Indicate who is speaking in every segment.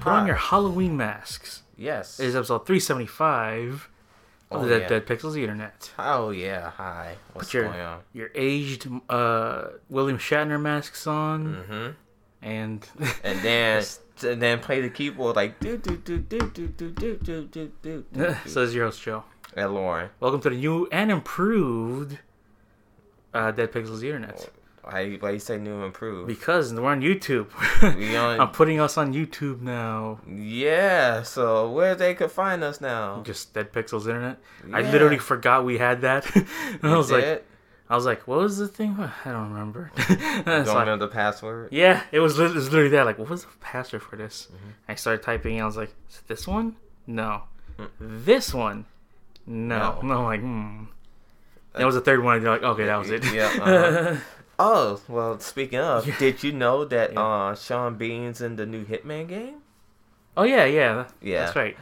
Speaker 1: Put on your Halloween masks.
Speaker 2: Yes.
Speaker 1: It is episode 375 of
Speaker 2: Oh,
Speaker 1: the Dead,
Speaker 2: yeah.
Speaker 1: Dead Pixels of the Internet.
Speaker 2: oh yeah. Hi. What's
Speaker 1: Put your,
Speaker 2: going on?
Speaker 1: your aged uh, William Shatner masks on.
Speaker 2: Mm-hmm.
Speaker 1: And
Speaker 2: And then and then play the keyboard like do do do do do do do do do do. do.
Speaker 1: says your host, Joe.
Speaker 2: And Lauren,
Speaker 1: Welcome to the new and improved uh, Dead Pixels of the Internet.
Speaker 2: why you- why you say new and improved?
Speaker 1: Because we're on YouTube.
Speaker 2: We on-
Speaker 1: I'm putting us on YouTube now.
Speaker 2: Yeah. So where they could find us now?
Speaker 1: Just Dead Pixels Internet. I
Speaker 2: Yeah.
Speaker 1: literally forgot we had that. and I was like,
Speaker 2: Did?
Speaker 1: I was like, what was the thing? I don't remember.
Speaker 2: Don't
Speaker 1: It's like-
Speaker 2: remember the password.
Speaker 1: Yeah, it was, lit- it was literally that. Like, what was the password for this?
Speaker 2: Mm-hmm.
Speaker 1: I started typing, and I was like, Is it this one? No. This one? No.
Speaker 2: Mm. No. Uh,
Speaker 1: And I'm like, hmm. That was the third one. and They're like, okay, that was it.
Speaker 2: Yeah, uh-huh. Oh well. Speaking of, did you know that uh, Sean Bean's in the new Hitman game?
Speaker 1: oh, yeah, yeah.
Speaker 2: Yeah.
Speaker 1: That's right.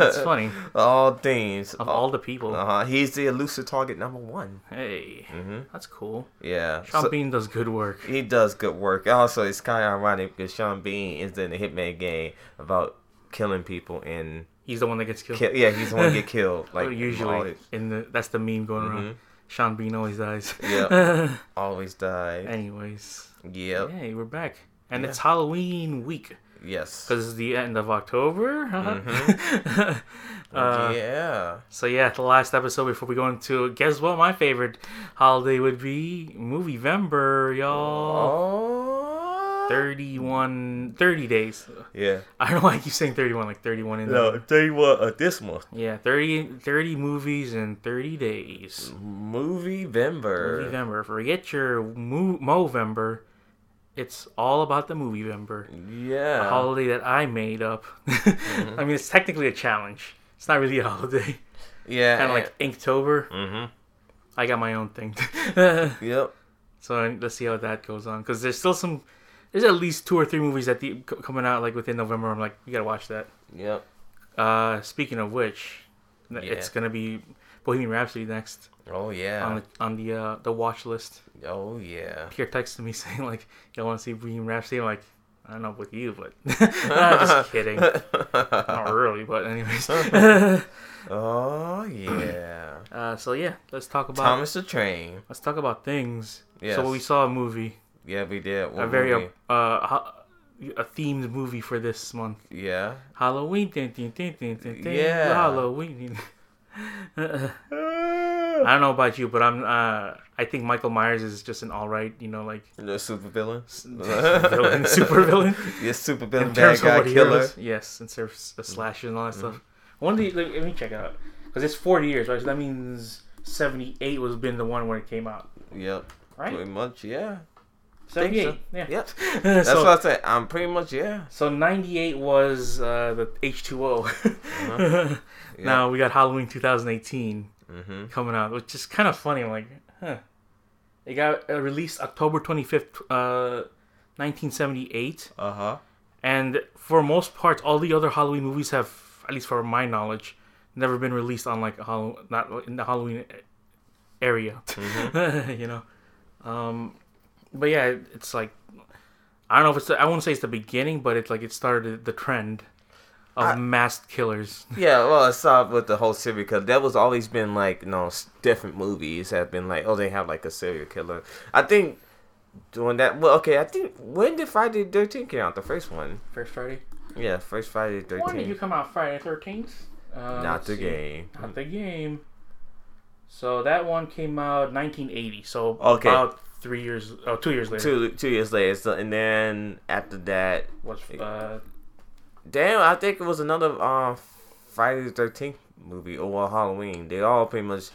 Speaker 1: That's funny.
Speaker 2: All things.
Speaker 1: Of all the people.
Speaker 2: Uh-huh. He's the elusive target number one.
Speaker 1: Hey. That's cool.
Speaker 2: Yeah.
Speaker 1: Sean
Speaker 2: So-
Speaker 1: Bean does good work.
Speaker 2: he does good work. Also, it's kind of ironic because Sean Bean is in the Hitman game about killing people and
Speaker 1: He's the one that gets killed.
Speaker 2: kill, yeah, he's the one to get killed.
Speaker 1: But
Speaker 2: Like
Speaker 1: Usually,
Speaker 2: always, Mm-hmm.
Speaker 1: in the that's the meme going around. Sean Bean always dies.
Speaker 2: Yeah. always die.
Speaker 1: Anyways,
Speaker 2: Yep.
Speaker 1: hey, we're back, and it's
Speaker 2: Yeah.
Speaker 1: Halloween week.
Speaker 2: Yes.
Speaker 1: because it's the end of October. huh?
Speaker 2: Mm-hmm. uh, yeah.
Speaker 1: so yeah, the last episode before we go into guess what my favorite holiday would be movie Vember, y'all.
Speaker 2: Oh.
Speaker 1: 31, 30 days.
Speaker 2: Yeah.
Speaker 1: I don't know why I keep saying 31, like 31 in
Speaker 2: No,
Speaker 1: there.
Speaker 2: tell you what. Uh, this month,
Speaker 1: Yeah, 30, 30 movies in 30 days.
Speaker 2: movie Vember.
Speaker 1: Movie Vember. Forget your mo- Movember. It's all about the movie Vember.
Speaker 2: Yeah.
Speaker 1: A holiday that I made up.
Speaker 2: Mm-hmm.
Speaker 1: I mean, it's technically a challenge. It's not really a holiday.
Speaker 2: yeah.
Speaker 1: kind of like Inktober. Mm-hmm. I got my own thing, so
Speaker 2: Yep.
Speaker 1: I- let's see how that goes on. Because there's still some, there's at least two or three movies that the, co- coming out like within November. I'm like, you gotta watch that.
Speaker 2: Yep.
Speaker 1: Uh, speaking of which, th- it's
Speaker 2: Yeah.
Speaker 1: gonna be Bohemian Rhapsody next
Speaker 2: Oh
Speaker 1: on
Speaker 2: yeah.
Speaker 1: the on the uh, the watch list.
Speaker 2: Oh yeah.
Speaker 1: Pierre texted me saying like, you want to see Bohemian Rhapsody? I'm like. I don't know with you, but Nah, just kidding. Not really, but anyways.
Speaker 2: Oh yeah.
Speaker 1: Uh, so yeah, let's talk about
Speaker 2: Thomas the Train.
Speaker 1: let's talk about things.
Speaker 2: Yes.
Speaker 1: So we saw a movie.
Speaker 2: Yeah, we did.
Speaker 1: a
Speaker 2: What
Speaker 1: very uh,
Speaker 2: movie?
Speaker 1: uh ho- a themed movie for this month.
Speaker 2: yeah.
Speaker 1: Halloween, ding, ding, ding, ding, ding, ding.
Speaker 2: Yeah.
Speaker 1: Halloween. I don't know about you, but I'm. Uh, I think Michael Myers is just an all right, you know, like
Speaker 2: The super villain.
Speaker 1: villain, super villain.
Speaker 2: Yes, super villain,
Speaker 1: In terms
Speaker 2: bad
Speaker 1: of
Speaker 2: guy
Speaker 1: what
Speaker 2: killer. Mm-hmm.
Speaker 1: killer. Yes, and serve the slashes and all that stuff. One of the let let me check it out because it's 40 years, right? So that means 78 was been the one when it came out,
Speaker 2: Yep.
Speaker 1: right?
Speaker 2: Pretty much, yeah. Think
Speaker 1: 78.
Speaker 2: so.
Speaker 1: Yeah.
Speaker 2: Yep.
Speaker 1: That's
Speaker 2: That's
Speaker 1: so,
Speaker 2: what I said. I'm pretty much yeah.
Speaker 1: So 98 was uh, the H2O. Now we got Halloween 2018
Speaker 2: Mm-hmm.
Speaker 1: coming out, which is kind of funny. I'm like, huh. It got uh, released October 25th, uh, 1978.
Speaker 2: Uh huh.
Speaker 1: And for most parts, all the other Halloween movies have, at least for my knowledge, never been released on like a Hall- not in the Halloween area, you know. Um, but yeah, it- it's like I don't know if it's the, I won't say it's the beginning, but it's like it started the trend of masked killers.
Speaker 2: Yeah. Well, it's not with the whole serial killer. That was always been like, no, s- different movies have been like, oh, they have like a serial killer. I think doing that. Well, okay. I think when did Friday the Thirteenth come out? The first one.
Speaker 1: First Friday.
Speaker 2: Yeah, first Friday the
Speaker 1: When did you
Speaker 2: Thirteenth.
Speaker 1: come out Friday Thirteenth? Uh,
Speaker 2: Not
Speaker 1: let's
Speaker 2: the
Speaker 1: see.
Speaker 2: game.
Speaker 1: Not the game. So that one came out 1980. So
Speaker 2: Okay.
Speaker 1: about three years, oh, two years later.
Speaker 2: Two two years later, so, and then after that,
Speaker 1: Was uh,
Speaker 2: Damn, I think it was another uh, Friday the Thirteenth movie or well, Halloween. They all pretty much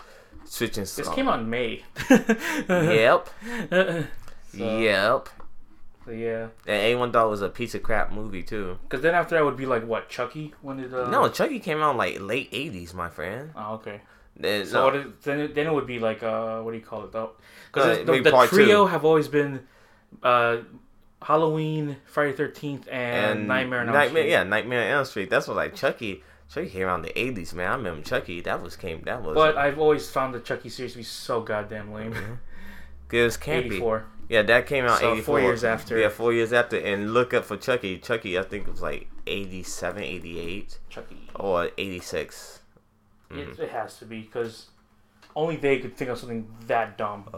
Speaker 2: switching.
Speaker 1: This came out in May.
Speaker 2: Yep,
Speaker 1: So-
Speaker 2: yep.
Speaker 1: So, yeah.
Speaker 2: And everyone thought it was a piece of crap movie too.
Speaker 1: Because then after that would be like, what, Chucky? When did. Uh...
Speaker 2: No, Chucky came out like late '80s, my friend.
Speaker 1: Oh, okay.
Speaker 2: There's
Speaker 1: So
Speaker 2: no-
Speaker 1: what is, then, it- then it would be like, uh, what do you call it, though?
Speaker 2: Uh,
Speaker 1: Because the,
Speaker 2: maybe
Speaker 1: the
Speaker 2: part
Speaker 1: trio
Speaker 2: two.
Speaker 1: have always been uh, Halloween, Friday 13th, and, Nightmare on Elm Street.
Speaker 2: yeah, Nightmare on Elm Street. That's what like Chucky. Chucky came out in the '80s, man. I remember Chucky. That was came. That was.
Speaker 1: But uh, I've always found the Chucky series to be so goddamn lame.
Speaker 2: it was campy.
Speaker 1: 84.
Speaker 2: Yeah, that came out
Speaker 1: So, four
Speaker 2: 84.
Speaker 1: years after.
Speaker 2: Yeah, four years after. And look up for Chucky. Chucky, I think, was like 87, 88,
Speaker 1: Chucky.
Speaker 2: or 86. Mm-hmm.
Speaker 1: It, it has to be because only they could think of something that dumb.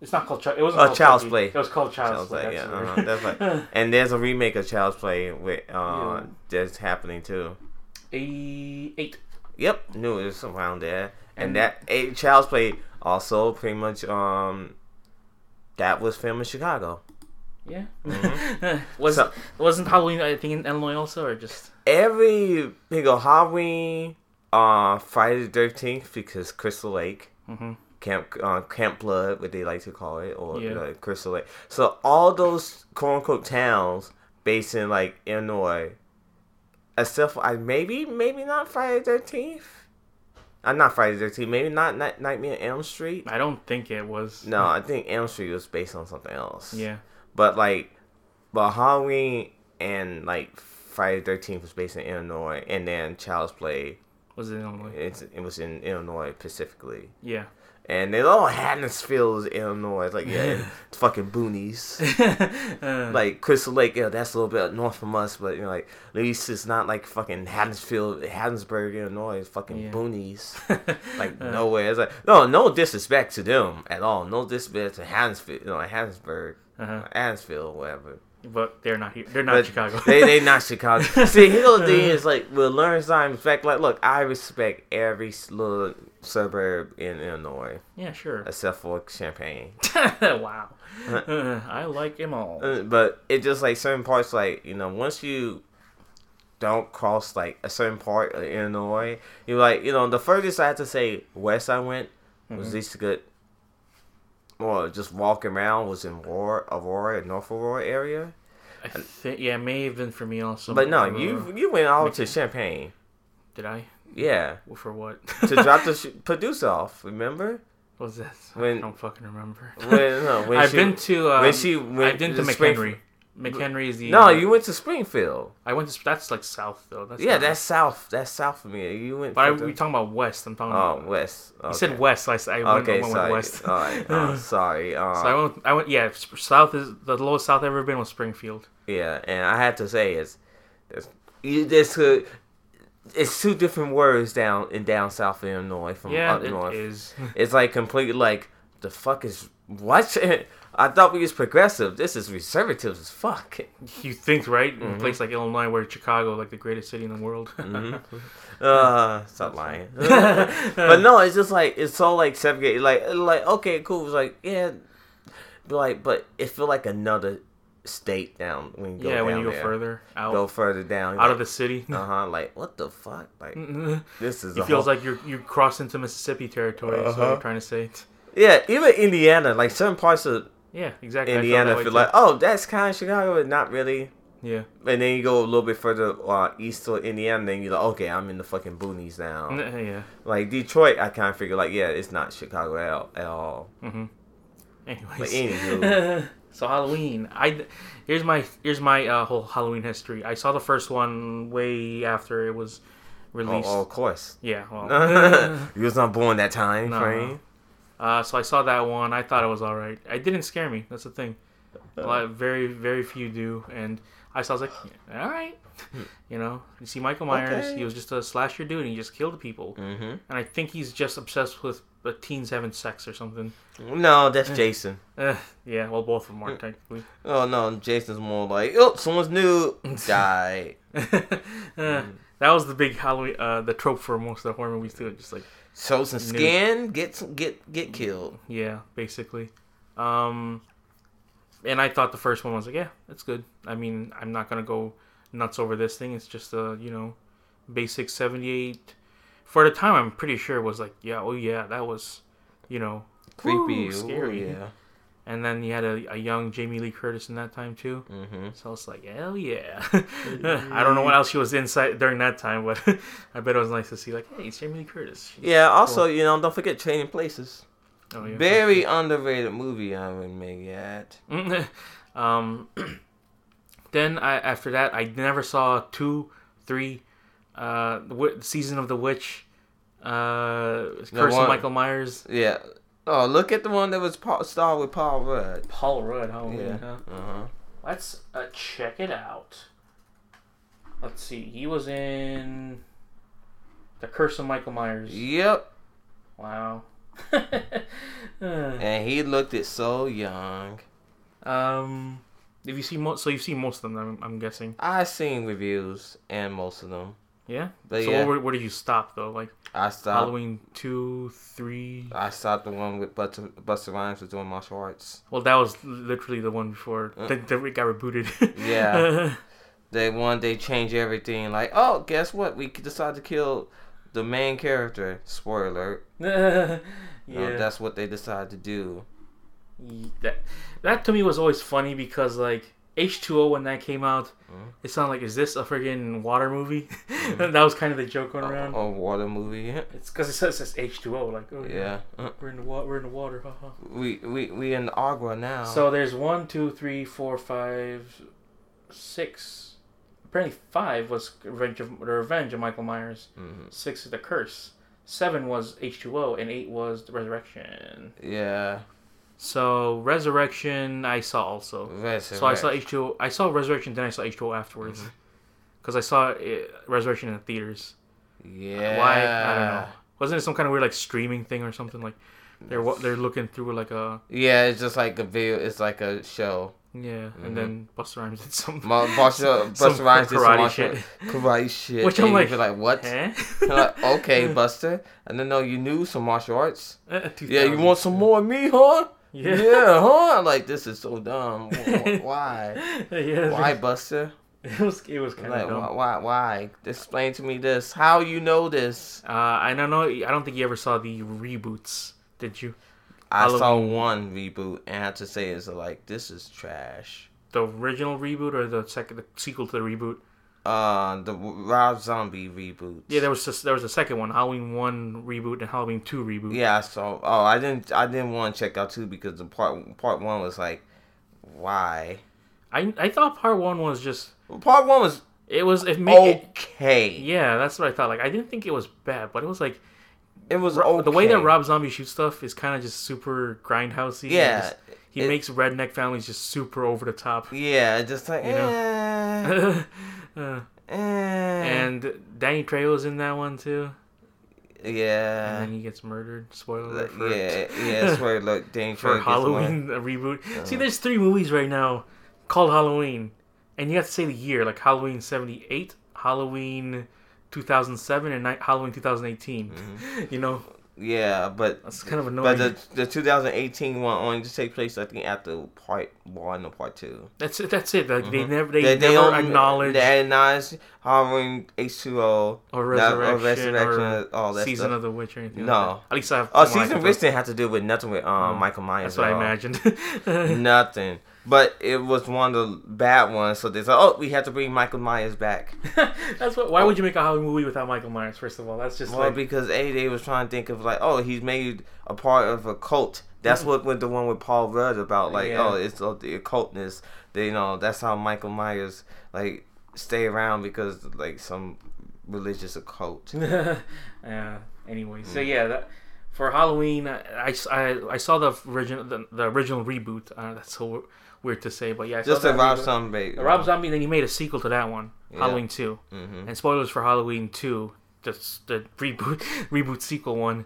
Speaker 1: It's not called Chucky. It wasn't
Speaker 2: Oh,
Speaker 1: called
Speaker 2: Uh-huh. Child's
Speaker 1: Chucky.
Speaker 2: Play.
Speaker 1: It was called Child's,
Speaker 2: Child's Play,
Speaker 1: Play.
Speaker 2: yeah,
Speaker 1: that's
Speaker 2: uh-huh, that's like- And there's a remake of Child's Play with, uh,
Speaker 1: Yeah.
Speaker 2: that's happening too.
Speaker 1: A eight.
Speaker 2: Yep, knew it was around there. And
Speaker 1: And-
Speaker 2: that eh, Child's Play also pretty much um that was filmed in Chicago.
Speaker 1: Yeah. was
Speaker 2: Mm-hmm. So-
Speaker 1: wasn't Halloween I think in Illinois also or just
Speaker 2: Every big ol' Halloween, uh, Friday the Thirteenth because Crystal Lake.
Speaker 1: Mm-hmm.
Speaker 2: Camp uh, Camp Blood, what they like to call it, or
Speaker 1: Yeah.
Speaker 2: like Crystal Lake. So all those quote unquote towns based in like Illinois, except for I maybe maybe not Friday Thirteenth. I'm not Friday Thirteenth. Maybe not Night- Nightmare on Elm Street.
Speaker 1: I don't think it was.
Speaker 2: No, I think Elm Street was based on something else.
Speaker 1: Yeah.
Speaker 2: But like, but Halloween and like Friday Thirteenth was based in Illinois, and then Child's Play
Speaker 1: Was it in Illinois?
Speaker 2: it's, it was in Illinois specifically,
Speaker 1: Yeah.
Speaker 2: and it all Haddonfield is Illinois. It's like yeah, it's fucking boonies.
Speaker 1: Uh,
Speaker 2: Like Crystal Lake, yeah, that's a little bit north from us, but you know, like at least it's not like fucking Haddonfield, Haddonsburg, Illinois, it's fucking
Speaker 1: Yeah.
Speaker 2: boonies. like
Speaker 1: uh,
Speaker 2: nowhere. It's like no, no disrespect to them at all. No disrespect to Haddonfield, you know, Haddonburg,
Speaker 1: Uh-huh.
Speaker 2: Haddonfield, whatever.
Speaker 1: but they're not here. They're not
Speaker 2: But
Speaker 1: Chicago.
Speaker 2: they they not Chicago. See, here's the thing is like with Lawrence Dime fact, like look, I respect every s- little suburb in Illinois
Speaker 1: yeah, sure.
Speaker 2: except for Champaign.
Speaker 1: wow. Uh, I like them all.
Speaker 2: Uh-huh. Uh, but it just like certain parts like you know once you don't cross like a certain part of illinois you like you know the furthest i had to say west i went
Speaker 1: Mm-hmm.
Speaker 2: was this good or just walking around was in Aurora, Aurora, North Aurora area.
Speaker 1: I thi- yeah, it may have been for me also.
Speaker 2: But no,
Speaker 1: Uh,
Speaker 2: you you went all to Champagne,
Speaker 1: did I
Speaker 2: yeah,
Speaker 1: Well, for what?
Speaker 2: to drop the sh- produce off. Remember
Speaker 1: what was this?
Speaker 2: When-
Speaker 1: I don't fucking remember.
Speaker 2: when, no, when
Speaker 1: I've
Speaker 2: she-
Speaker 1: been to. Um,
Speaker 2: when she went
Speaker 1: I've been
Speaker 2: to
Speaker 1: to
Speaker 2: Spring-
Speaker 1: McHenry. McHenry is the.
Speaker 2: no,
Speaker 1: uh,
Speaker 2: you went to Springfield.
Speaker 1: I went to. That's like south though. That's
Speaker 2: Yeah,
Speaker 1: not-
Speaker 2: that's south. That's south of me. You went.
Speaker 1: But I,
Speaker 2: for the-
Speaker 1: we talking about west. I'm talking.
Speaker 2: oh
Speaker 1: about,
Speaker 2: west.
Speaker 1: You
Speaker 2: Okay.
Speaker 1: said west. So I, s- I went,
Speaker 2: Okay,
Speaker 1: I went
Speaker 2: sorry.
Speaker 1: with west.
Speaker 2: All right, uh, sorry. Uh,
Speaker 1: So I went. I went. Yeah, s- south is the lowest south I've ever been was Springfield.
Speaker 2: yeah, and I had to say is, there's, you, there's uh, it's two different words down in down south of Illinois from
Speaker 1: Yeah,
Speaker 2: Mm,
Speaker 1: it
Speaker 2: up
Speaker 1: is.
Speaker 2: north. It's like completely like the fuck is what? I thought we was progressive. This is conservative as fuck.
Speaker 1: You think right? In a
Speaker 2: Mm-hmm.
Speaker 1: place like Illinois, where Chicago, like the greatest city in the world. Mm-hmm.
Speaker 2: Uh, stop lying. but no, it's just like it's so like segregated. Like like okay, cool. It's like yeah, but like but it feel like another state down when you go
Speaker 1: yeah, when
Speaker 2: down
Speaker 1: you go
Speaker 2: there.
Speaker 1: further out,
Speaker 2: go further down.
Speaker 1: out of the city, Mm-hmm.
Speaker 2: uh huh. Like what the fuck? Like this is. a
Speaker 1: it feels
Speaker 2: whole-
Speaker 1: like you you cross into Mississippi territory. Is what
Speaker 2: Uh-huh.
Speaker 1: I'm trying to say.
Speaker 2: yeah. Even Indiana, like certain parts of
Speaker 1: Yeah, exactly. I felt
Speaker 2: Indiana,
Speaker 1: that way
Speaker 2: feel
Speaker 1: too.
Speaker 2: like oh that's kind of Chicago, but not really.
Speaker 1: yeah.
Speaker 2: And then you go a little bit further uh, east to Indiana, then you're like, okay, I'm in the fucking boonies now.
Speaker 1: Yeah.
Speaker 2: Like Detroit, I kind of figure like, yeah, it's not Chicago at all. At all.
Speaker 1: Mm-hmm. Anyways.
Speaker 2: But anywho,
Speaker 1: so Halloween. I here's my here's my uh, whole Halloween history. I saw the first one way after it was
Speaker 2: oh,
Speaker 1: released.
Speaker 2: oh, of course,
Speaker 1: Yeah. Well,
Speaker 2: you was not born that time
Speaker 1: No.
Speaker 2: frame.
Speaker 1: uh, so I saw that one. I thought it was all right. It didn't scare me. That's the thing. A
Speaker 2: Uh-huh.
Speaker 1: lot, very very few do, and I saw I was like, all right. You know, you see Michael Myers.
Speaker 2: Hmm. Okay.
Speaker 1: He was just a slasher dude, and he just killed people. Mm-hmm. And I think he's just obsessed with uh, teens having sex or something.
Speaker 2: No, that's Jason.
Speaker 1: Uh, yeah, well, both of them are technically.
Speaker 2: Oh no, Jason's more like, oh, someone's new died.
Speaker 1: Uh,
Speaker 2: Mm-hmm.
Speaker 1: that was the big Halloween, uh, the trope for most of the horror movies too. Just like,
Speaker 2: Show some skin, get some, get get killed.
Speaker 1: yeah, basically. Um, and I thought the first one was like, yeah, it's good. I mean, I'm not gonna go nuts over this thing. It's just a you know, basic '78. For the time, I'm pretty sure it was like, yeah, oh yeah, that was, you know,
Speaker 2: Creepy,
Speaker 1: woo,
Speaker 2: ooh,
Speaker 1: scary.
Speaker 2: yeah.
Speaker 1: And then you had a, a young Jamie Lee Curtis in that time too.
Speaker 2: Mm-hmm.
Speaker 1: So it's like, hell yeah. I
Speaker 2: Mm.
Speaker 1: don't know what else she was inside during that time, but I bet it was nice to see, like, hey, it's Jamie Lee Curtis.
Speaker 2: Yeah. Also, you know, don't forget Trading Places.
Speaker 1: Oh, yeah.
Speaker 2: Very underrated movie. I would make it.
Speaker 1: Mm. um, then I, after that, I never saw two, three, uh, w- season of the witch, uh, Curse
Speaker 2: one-
Speaker 1: of Michael Myers,
Speaker 2: Yeah. Oh, look at the one that was Paul, starred with Paul Rudd. Uh-huh.
Speaker 1: Paul Rudd. Halloween.
Speaker 2: Yeah.
Speaker 1: Huh?
Speaker 2: Uh huh.
Speaker 1: Let's uh, check it out. Let's see. He was in The Curse of Michael Myers.
Speaker 2: Yep.
Speaker 1: Wow.
Speaker 2: And he looked it so young.
Speaker 1: um, if you see most, so you've seen most of them, I'm, I'm guessing.
Speaker 2: I seen reviews and most of them.
Speaker 1: Yeah.
Speaker 2: But
Speaker 1: so
Speaker 2: yeah.
Speaker 1: where, where do you stop though? Like
Speaker 2: I stopped.
Speaker 1: Halloween two, three.
Speaker 2: I stopped the one with Buster, Buster Rhymes was doing martial arts.
Speaker 1: Well, that was literally the one before that, that it got rebooted.
Speaker 2: Uh. Yeah. They one they change everything. Like, oh, guess what? We decided to kill the main character. Spoiler
Speaker 1: yeah.
Speaker 2: alert. You know, that's what they decided to do.
Speaker 1: that that to me was always funny because like H2O when that came out,
Speaker 2: Uh.
Speaker 1: it sounded like is this a friggin' water movie?
Speaker 2: Mm-hmm.
Speaker 1: that was kind of the joke
Speaker 2: Oh.
Speaker 1: going around.
Speaker 2: A water movie.
Speaker 1: It's because it says it's H2O like oh yeah.
Speaker 2: yeah. Uh,
Speaker 1: We're in the water. We're in the water. Ha, ha.
Speaker 2: We we we in Agua now.
Speaker 1: So there's one, two, three, four, five, six. Apparently, five was Revenge of the Revenge of Michael Myers.
Speaker 2: Mhm.
Speaker 1: Six is the Curse. Seven was H2O, and eight was the Resurrection.
Speaker 2: yeah.
Speaker 1: So Resurrection, I saw also. So I saw H2O. I saw Resurrection, then I saw H2O afterwards. Because I saw it, Resurrection in the theaters.
Speaker 2: Yeah.
Speaker 1: Why? I don't know. Wasn't it some kind of weird like streaming thing or something? Like they're wa- they're looking through like a
Speaker 2: Yeah, it's just like a video. It's like a show.
Speaker 1: yeah, and then Buster Rhymes did something.
Speaker 2: Ma- Martial, Buster Rhymes did
Speaker 1: karate
Speaker 2: some martial,
Speaker 1: shit.
Speaker 2: karate shit.
Speaker 1: Which I'm
Speaker 2: and you
Speaker 1: like,
Speaker 2: feel like what?
Speaker 1: Eh?
Speaker 2: You're
Speaker 1: Huh?
Speaker 2: like, okay, Buster. I didn't know you knew some martial arts.
Speaker 1: Uh,
Speaker 2: Yeah, you
Speaker 1: 2000.
Speaker 2: want some more of me, huh?
Speaker 1: Yeah.
Speaker 2: yeah, huh? I'm Like this is so dumb. Wh- wh- Why?
Speaker 1: yeah.
Speaker 2: Why, Buster?
Speaker 1: It was it was kind of
Speaker 2: Like
Speaker 1: dumb.
Speaker 2: why, why? Why? Explain to me this. How you know this?
Speaker 1: Uh, I don't know. I don't think you ever saw the reboots, did you?
Speaker 2: I saw one reboot and I have to say it's like this is trash.
Speaker 1: The original reboot or the second the sequel to the reboot?
Speaker 2: Uh, the Rob Zombie reboot.
Speaker 1: Yeah, there was just, there was a second one, Halloween one reboot and Halloween two reboot.
Speaker 2: Yeah, I saw. Oh, I didn't. I didn't want to check out two because the part part one was like, why?
Speaker 1: I I thought part one was just
Speaker 2: Part one was
Speaker 1: it was it
Speaker 2: Oh.
Speaker 1: made
Speaker 2: okay.
Speaker 1: yeah that's what I thought. Like I didn't think it was bad, but it was like
Speaker 2: It was
Speaker 1: Ro-
Speaker 2: okay.
Speaker 1: the way that Rob Zombie shoots stuff is kind of just super grindhousey. and
Speaker 2: Yeah,
Speaker 1: just- he
Speaker 2: it-
Speaker 1: makes redneck families just super over the top.
Speaker 2: Yeah, just like
Speaker 1: You know?
Speaker 2: eh,
Speaker 1: Uh,
Speaker 2: eh. and
Speaker 1: and Danny Trejo's in that one too. and
Speaker 2: yeah,
Speaker 1: then he gets murdered. Spoiler alert
Speaker 2: Like,
Speaker 1: for,
Speaker 2: Uh, yeah, yeah. Swear, look, Dane
Speaker 1: for
Speaker 2: Troy gets one. Uh-huh.
Speaker 1: Halloween a reboot. See, there's three movies right now called Halloween, and you have to say the year, like Halloween '78, Halloween 2007, and ni- Halloween 2018. you know,
Speaker 2: Yeah, but
Speaker 1: that's kind of annoying.
Speaker 2: Mm-hmm. but the the 2018 one only just take place I think after part one or part two.
Speaker 1: that's it. That's it. Like they never they,
Speaker 2: Mm-hmm. They, they
Speaker 1: never
Speaker 2: don't
Speaker 1: acknowledge
Speaker 2: they acknowledge Halloween H2O
Speaker 1: or
Speaker 2: that-
Speaker 1: resurrection,
Speaker 2: Resurrection,
Speaker 1: or
Speaker 2: all that
Speaker 1: season
Speaker 2: stuff.
Speaker 1: of the witch or anything.
Speaker 2: No.
Speaker 1: like that. at least I have.
Speaker 2: Oh,
Speaker 1: from what I
Speaker 2: season
Speaker 1: can
Speaker 2: of Rich didn't have to do with nothing with um, Michael
Speaker 1: tell.
Speaker 2: Myers.
Speaker 1: Mm. That's what I
Speaker 2: at all.
Speaker 1: imagined.
Speaker 2: Nothing. But it was one of the bad ones, so they said, "Oh, we have to bring Michael Myers back."
Speaker 1: That's what. Why would you make a Halloween movie without Michael Myers? First of all, that's just
Speaker 2: Well,
Speaker 1: like
Speaker 2: because a they was trying to think of like, oh, he's made a part of a cult. That's what with the one with Paul Rudd about like,
Speaker 1: Mm. Yeah.
Speaker 2: oh, it's uh, the occultness. They, you know, that's how Michael Myers like stay around because like some religious occult.
Speaker 1: yeah. Anyway,
Speaker 2: Mm.
Speaker 1: so yeah, that, for Halloween, I, I, I saw the original the, the original reboot. Uh, that's so weird to say, but yeah, I saw
Speaker 2: Just a
Speaker 1: that
Speaker 2: Rob
Speaker 1: reboot.
Speaker 2: Zombie.
Speaker 1: The Rob Zombie. Then he made a sequel to that one, Halloween 2
Speaker 2: Mhm.
Speaker 1: And spoilers for Halloween two, just the reboot reboot sequel one.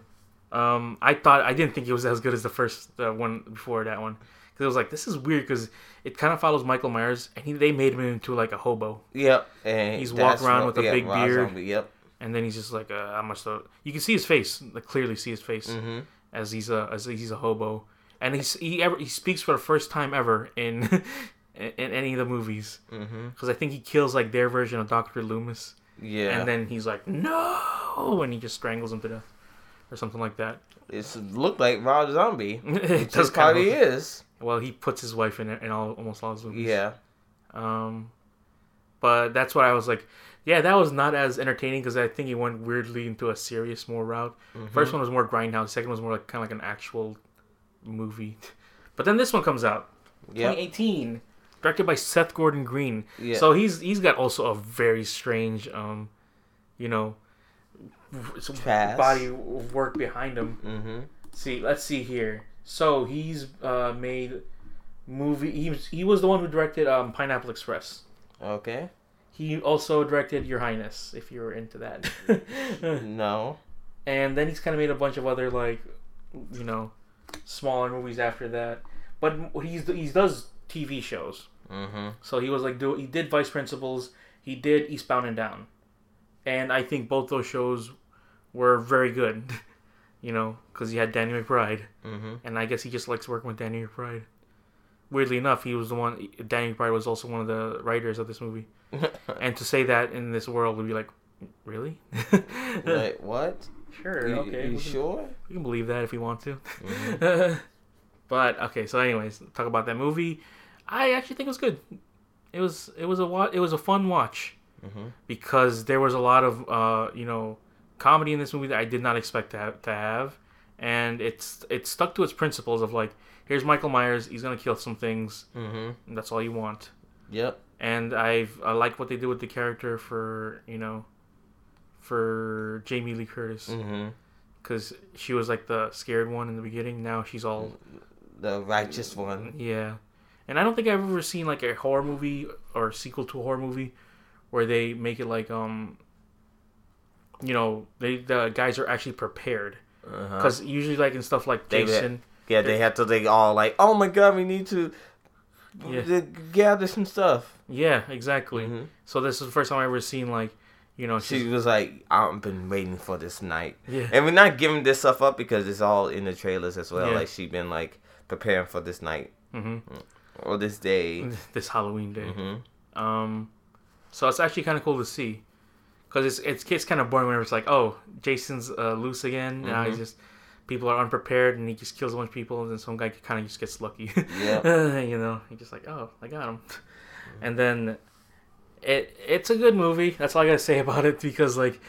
Speaker 1: Um, I thought I didn't think it was as good as the first uh, one before that one because it was like this is weird because it kind of follows Michael Myers and he, they made him into like a hobo
Speaker 2: Yep. And
Speaker 1: He's
Speaker 2: that's
Speaker 1: walk around
Speaker 2: what-
Speaker 1: with a
Speaker 2: yeah,
Speaker 1: big
Speaker 2: Rob
Speaker 1: beard.
Speaker 2: Zombie, Yep.
Speaker 1: and then he's just like uh, I'm a so you can see his face like clearly see his face
Speaker 2: Mm-hmm.
Speaker 1: as he's a as he's a hobo and he's, he ever he speaks for the first time ever in in, in any of the movies because
Speaker 2: Mm-hmm.
Speaker 1: I think he kills like their version of Doctor Loomis
Speaker 2: Yeah.
Speaker 1: and then he's like no and he just strangles him to death or something like that.
Speaker 2: it's looked like Rob Zombie.
Speaker 1: it
Speaker 2: That's probably is.
Speaker 1: Well, he puts his wife in it in all, almost all his movies.
Speaker 2: Yeah.
Speaker 1: Um, but that's why I was like, yeah, that was not as entertaining because I think he went weirdly into a serious more route.
Speaker 2: Mm-hmm.
Speaker 1: First one was more grindhouse. Second was more like kind of like an actual movie. But then this one comes out,
Speaker 2: Yep.
Speaker 1: 2018, directed by Seth Gordon Green.
Speaker 2: Yeah.
Speaker 1: So he's he's got also a very strange, um, you know, w- some
Speaker 2: Past.
Speaker 1: body of work behind him.
Speaker 2: Mm-hmm.
Speaker 1: See, let's see here. So he's uh, made movie. He was, he was the one who directed um, Pineapple Express.
Speaker 2: Okay.
Speaker 1: He also directed Your Highness, if you were into that.
Speaker 2: No.
Speaker 1: and then he's kind of made a bunch of other like, you know, smaller movies after that. But he's he does TV shows.
Speaker 2: Mm-hmm.
Speaker 1: So he was like, do he did Vice Principals, he did Eastbound and Down, and I think both those shows were very good. You know, because he had Danny McBride,
Speaker 2: Mm-hmm.
Speaker 1: and I guess he just likes working with Danny McBride. Weirdly enough, he was the one. Danny McBride was also one of the writers of this movie, and to say that in this world would be like, really?
Speaker 2: Wait, what?
Speaker 1: Sure.
Speaker 2: You,
Speaker 1: okay. we
Speaker 2: you Mm-hmm.
Speaker 1: can-
Speaker 2: sure?
Speaker 1: we can believe that if we want to. but okay, so anyways, talk about that movie. I actually think it was good. It was it was a wa- it was a fun watch
Speaker 2: Mhm.
Speaker 1: because there was a lot of uh, you know comedy in this movie that I did not expect to have, to have, and it's it stuck to its principles of like here's Michael Myers, he's gonna kill some things,
Speaker 2: Mm-hmm.
Speaker 1: and that's all you want.
Speaker 2: Yep.
Speaker 1: And I've I like what they did with the character for you know for Jamie Lee Curtis
Speaker 2: Mm-hmm.
Speaker 1: because she was like the scared one in the beginning. Now she's all
Speaker 2: The righteous one.
Speaker 1: yeah, and I don't think I've ever seen like a horror movie or sequel to a horror movie where they make it like um, you know, they the guys are actually prepared
Speaker 2: Uh-huh.
Speaker 1: because usually like in stuff like
Speaker 2: They-
Speaker 1: Jason,
Speaker 2: Yeah, they have to. They all like, oh my god, we need to
Speaker 1: Yeah.
Speaker 2: to gather some stuff.
Speaker 1: yeah, exactly.
Speaker 2: Mhm.
Speaker 1: So this is the first time I ever seen like, you know,
Speaker 2: She
Speaker 1: she's,
Speaker 2: was like, I've been waiting for this night,
Speaker 1: yeah,
Speaker 2: and we're not giving this stuff up because it's all in the trailers as well.
Speaker 1: Yeah.
Speaker 2: Like she been like preparing for this night Mm.
Speaker 1: hmm
Speaker 2: or this day.
Speaker 1: this Halloween day.
Speaker 2: hmm
Speaker 1: Um, so it's actually kind of cool to see, because it's, it's it's kind of boring whenever it's like, oh, Jason's uh, loose again. Now he's
Speaker 2: Mhm.
Speaker 1: just people are unprepared and he just kills a bunch of people, and then some guy kind of just gets lucky.
Speaker 2: Yeah.
Speaker 1: you know, he's just like, oh, I got him. And then it it's a good movie. That's all I gotta say about it because like,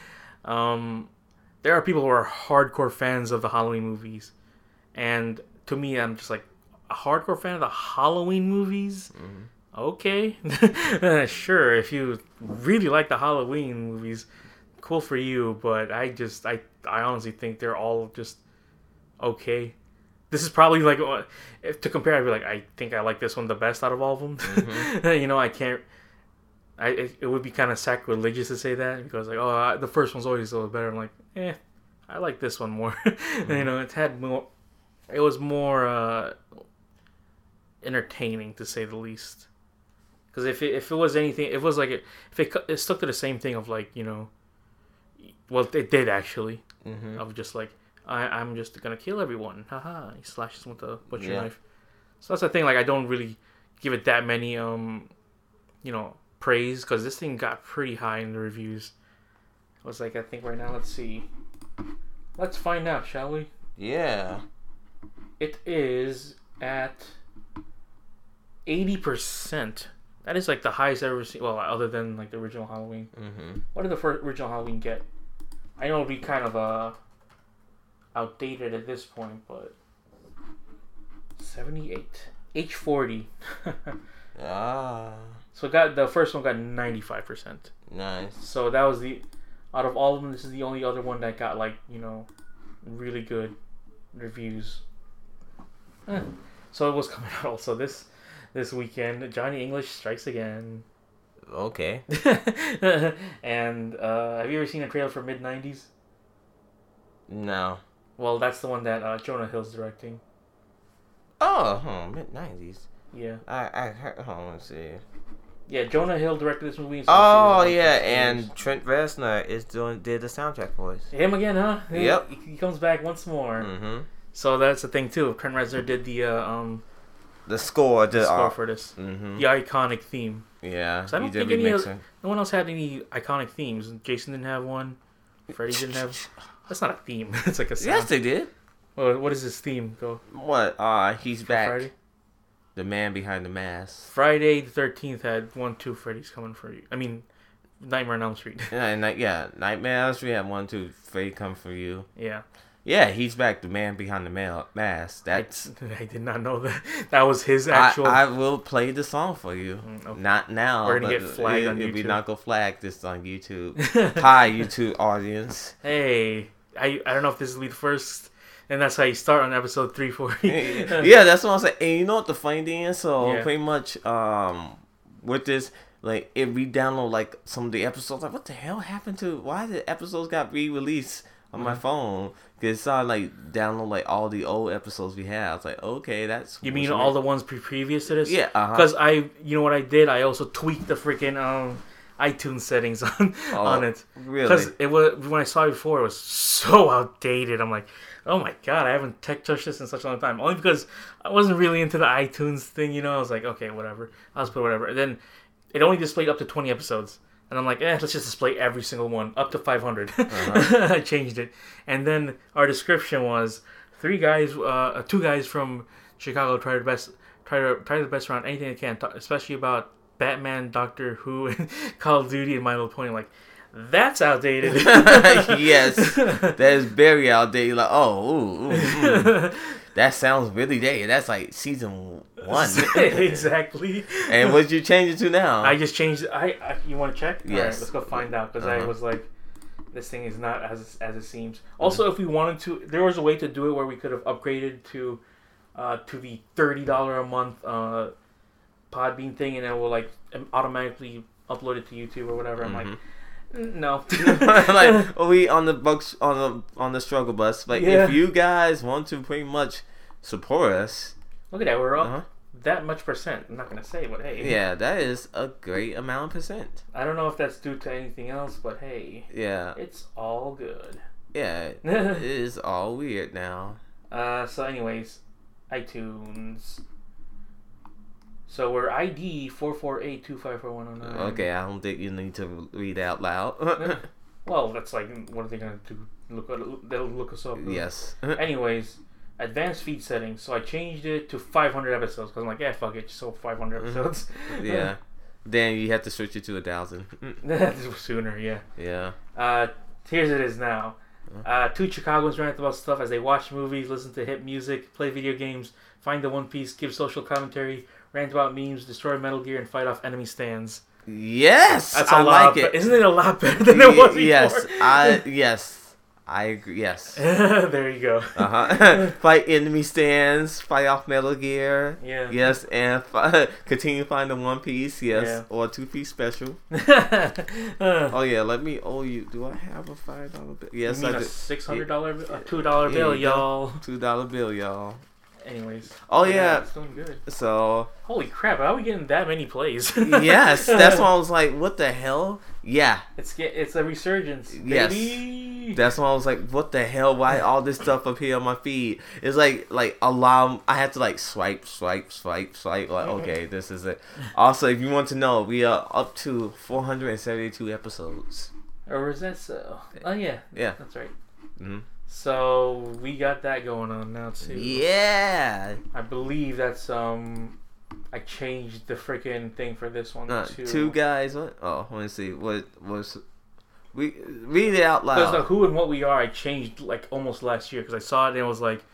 Speaker 1: um, there are people who are hardcore fans of the Halloween movies, and to me, I'm just like a hardcore fan of the Halloween movies okay sure if you really like the halloween movies cool for you but i just i i honestly think they're all just okay this is probably like uh, if to compare i'd be like i think i like this one the best out of all of them you know i can't I, it, it would be kind of sacrilegious to say that because like oh I, the first one's always a little better. I'm like eh, I like this one more. you know, it had more. It was more uh, entertaining to say the least. Because if it, if it was anything, if it was like it, if it, cu- it stuck to the same thing of like you know, well it did actually
Speaker 2: Mm-hmm.
Speaker 1: of just like I I'm just gonna kill everyone. Haha! He slashes with a butcher
Speaker 2: Yeah.
Speaker 1: knife. So that's the thing. Like I don't really give it that many um, you know, praise because this thing got pretty high in the reviews. It was like I think right now. Let's see. Let's find out, shall we?
Speaker 2: Yeah.
Speaker 1: It is at eighty percent. That is like the highest I've ever seen. Well, other than like the original Halloween.
Speaker 2: Mm-hmm.
Speaker 1: What did the first original Halloween get? I know it'd be kind of uh outdated at this point, but seventy eight. H forty.
Speaker 2: Ah,
Speaker 1: so it got the first one got ninety five percent.
Speaker 2: nice.
Speaker 1: So that was the out of all of them, this is the only other one that got like, you know, really good reviews. Eh. So it was coming out also this this weekend. Johnny English strikes again.
Speaker 2: Okay.
Speaker 1: and uh, have you ever seen a trailer for mid nineties?
Speaker 2: Now.
Speaker 1: Well, that's the one that uh, Jonah Hill's directing.
Speaker 2: Oh, huh, mid nineties.
Speaker 1: Yeah,
Speaker 2: I I heard. Hold on, let's see.
Speaker 1: yeah. Jonah Hill directed this movie. and so
Speaker 2: Oh
Speaker 1: it's-
Speaker 2: yeah, and Trent Reznor is doing did the soundtrack voice.
Speaker 1: him again, huh? He-
Speaker 2: Yep.
Speaker 1: He, comes back once more.
Speaker 2: Mm-hmm.
Speaker 1: So that's the thing too. Trent Reznor did the uh, um
Speaker 2: The score, the, uh,
Speaker 1: the score
Speaker 2: art.
Speaker 1: for this,
Speaker 2: Mm-hmm.
Speaker 1: the iconic theme.
Speaker 2: Yeah.
Speaker 1: 'Cause I don't
Speaker 2: he did
Speaker 1: think any of-
Speaker 2: remixing.
Speaker 1: No one else had any iconic themes. Jason didn't have one. Freddy didn't have. That's not a theme. it's like a sound.
Speaker 2: Yes, they did.
Speaker 1: Well, what is his theme? Go
Speaker 2: What? Ah, he's back.
Speaker 1: Friday.
Speaker 2: The man behind the mask.
Speaker 1: Friday the Thirteenth had one, two Freddy's coming for you. I mean, Nightmare on Elm Street.
Speaker 2: Yeah, and like, yeah, Nightmare on Elm Street had one, two, three come for you.
Speaker 1: yeah.
Speaker 2: Yeah, he's back. The man behind the ma- mask. That's.
Speaker 1: I did not know that. That was his
Speaker 2: I,
Speaker 1: actual.
Speaker 2: I will play the song for you.
Speaker 1: Mm, okay.
Speaker 2: Not now.
Speaker 1: We're gonna
Speaker 2: but
Speaker 1: get flagged
Speaker 2: it,
Speaker 1: on
Speaker 2: If we
Speaker 1: YouTube.
Speaker 2: not gonna flag this on YouTube, hi YouTube audience.
Speaker 1: hey, I, I don't know if this is lead first, and that's how you start on episode 340.
Speaker 2: yeah, that's what I'm saying. And you know what the funny thing is? So
Speaker 1: Yeah.
Speaker 2: pretty much, um, with this, like if we download like some of the episodes, like what the hell happened to why the episodes got re released on
Speaker 1: Mm-hmm.
Speaker 2: my phone? Because I like download like all the old episodes we had. I was like, okay, that's
Speaker 1: You mean all the ones pre- previous to this?
Speaker 2: Yeah, uh-huh.
Speaker 1: Because I, you know what I did? I also tweaked the freaking um, iTunes settings on
Speaker 2: Oh.
Speaker 1: on it.
Speaker 2: really?
Speaker 1: it was when I saw it before, it was so outdated. I'm like, oh my god, I haven't tech touched this in such a long time. Only because I wasn't really into the iTunes thing, you know. I was like, okay, whatever. I'll just put whatever. And then it only displayed up to 20 episodes, and I'm like, eh, let's just display every single one up to 500. I changed it, and then our description was three guys, uh, two guys from Chicago try their best, try their, try their best around anything they can, t- especially about Batman, Doctor Who, and Call of Duty, and My Little Pony. Like, that's outdated.
Speaker 2: yes, that is very outdated. Like, oh, ooh, ooh, mm. that sounds really dated. That's like season one.
Speaker 1: exactly.
Speaker 2: and what you change it to now?
Speaker 1: I just changed. I, I you want to check? All right,
Speaker 2: Yes.
Speaker 1: let's go find out because I
Speaker 2: Uh-huh. Mm-hmm.
Speaker 1: was like, this thing is not as as it seems. Also, if we wanted to, there was a way to do it where we could have upgraded to, uh, to the thirty dollar a month uh, Podbean thing, and it will like um, automatically upload it to YouTube or whatever. I'm like,
Speaker 2: Mm-hmm.
Speaker 1: "N- no.
Speaker 2: like we on the bucks on the on the struggle bus. Like
Speaker 1: Yeah.
Speaker 2: if you guys want to pretty much support us,
Speaker 1: Look at that. We're up
Speaker 2: Uh-huh.
Speaker 1: that much percent. I'm not gonna say, but hey,
Speaker 2: yeah, that is a great amount of percent.
Speaker 1: I don't know if that's due to anything else, but hey,
Speaker 2: Yeah,
Speaker 1: it's all good.
Speaker 2: yeah, it is all weird now.
Speaker 1: Uh, so, anyways, iTunes. So we're ID four four eight two five four one zero nine.
Speaker 2: Okay, I don't think you need to read out loud.
Speaker 1: Well, that's like, what are they gonna do? Look, they'll look us up.
Speaker 2: yes.
Speaker 1: Anyways, advanced feed settings. So I changed it to five hundred episodes because I'm like, yeah, fuck it, just so five hundred episodes.
Speaker 2: Mm-hmm. Yeah. Then you have to switch it to a thousand.
Speaker 1: This was sooner, yeah.
Speaker 2: Yeah.
Speaker 1: Uh, here's it is now. Uh, two Chicagoans rant about stuff as they watch movies, listen to hip music, play video games, find the One Piece, give social commentary, rant about memes, destroy Metal Gear, and fight off enemy stands.
Speaker 2: Yes,
Speaker 1: That's a
Speaker 2: I
Speaker 1: lot.
Speaker 2: like it.
Speaker 1: Be- isn't it a lot better than it was before?
Speaker 2: yes, I yes, I agree. Yes.
Speaker 1: there you go.
Speaker 2: Uh-huh. fight enemy stands, fight off Metal Gear.
Speaker 1: Yeah.
Speaker 2: Yes, and fi- continue finding One Piece. Yes,
Speaker 1: Yeah.
Speaker 2: or Two Piece special.
Speaker 1: Uh,
Speaker 2: Oh yeah, let me owe you. Do I have a five dollar bill? Yes,
Speaker 1: you mean
Speaker 2: I
Speaker 1: a
Speaker 2: do.
Speaker 1: six hundred dollar, a two dollar
Speaker 2: Yeah,
Speaker 1: bill,
Speaker 2: you got-
Speaker 1: y'all.
Speaker 2: Two dollar bill, y'all.
Speaker 1: Anyways.
Speaker 2: Oh, yeah.
Speaker 1: it's doing good.
Speaker 2: So
Speaker 1: Holy crap! How are we getting that many plays?
Speaker 2: yes, that's why I was like, what the hell? Yeah,
Speaker 1: It's get, it's a resurgence.
Speaker 2: Yes.
Speaker 1: baby.
Speaker 2: That's when I was like, "What the hell? Why all this stuff up here on my feed?" It's like like alarm. I had to like swipe, swipe, swipe, swipe. Like,
Speaker 1: Mm-hmm.
Speaker 2: okay, this is it. Also, if you want to know, we are up to 472 episodes.
Speaker 1: Or is that so? Oh yeah,
Speaker 2: Yeah.
Speaker 1: that's right.
Speaker 2: Mhm.
Speaker 1: So we got that going on now too.
Speaker 2: Yeah,
Speaker 1: I believe that's um, I changed the freaking thing for this one
Speaker 2: uh,
Speaker 1: too.
Speaker 2: two guys. What? Oh, let me see. What was? We read it out
Speaker 1: Because the
Speaker 2: loud.
Speaker 1: who and what we are, I changed like almost last year because I saw it and it was like,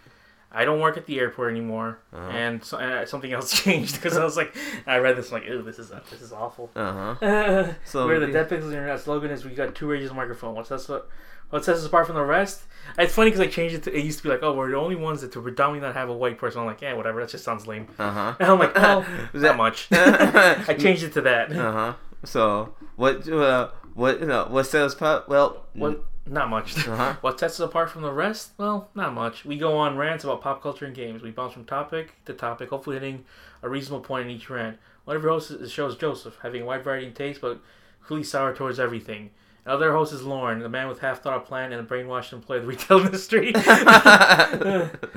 Speaker 1: I don't work at the airport anymore,
Speaker 2: Uh-huh.
Speaker 1: and so, uh, something else changed because I was like, I read this I'm like, ooh, this is this is awful.
Speaker 2: Uh huh.
Speaker 1: so
Speaker 2: So-
Speaker 1: where the Dead Pixels Internet slogan is, we got two radios and a microphone. What sets what what sets us apart from the rest? It's funny because I changed it. to It used to be like, oh, we're the only ones that to predominantly not have a white person. I'm like, yeah, whatever. That just sounds lame.
Speaker 2: Uh
Speaker 1: And I'm like, well, that
Speaker 2: Is that-
Speaker 1: much.
Speaker 2: huh.
Speaker 1: I changed it to that.
Speaker 2: uh huh. So what? Uh, what? No, what sales? Pop? Well,
Speaker 1: What? Not much.
Speaker 2: Uh-huh.
Speaker 1: What sets us apart from the rest? Well, not much. We go on rants about pop culture and games. We bounce from topic to topic, hopefully hitting a reasonable point in each rant. One of your hosts is shows Joseph, having a wide variety in tastes, but clearly sour towards everything. Another host is Lauren, the man with half thought plan and a brainwashed employee of the retail industry.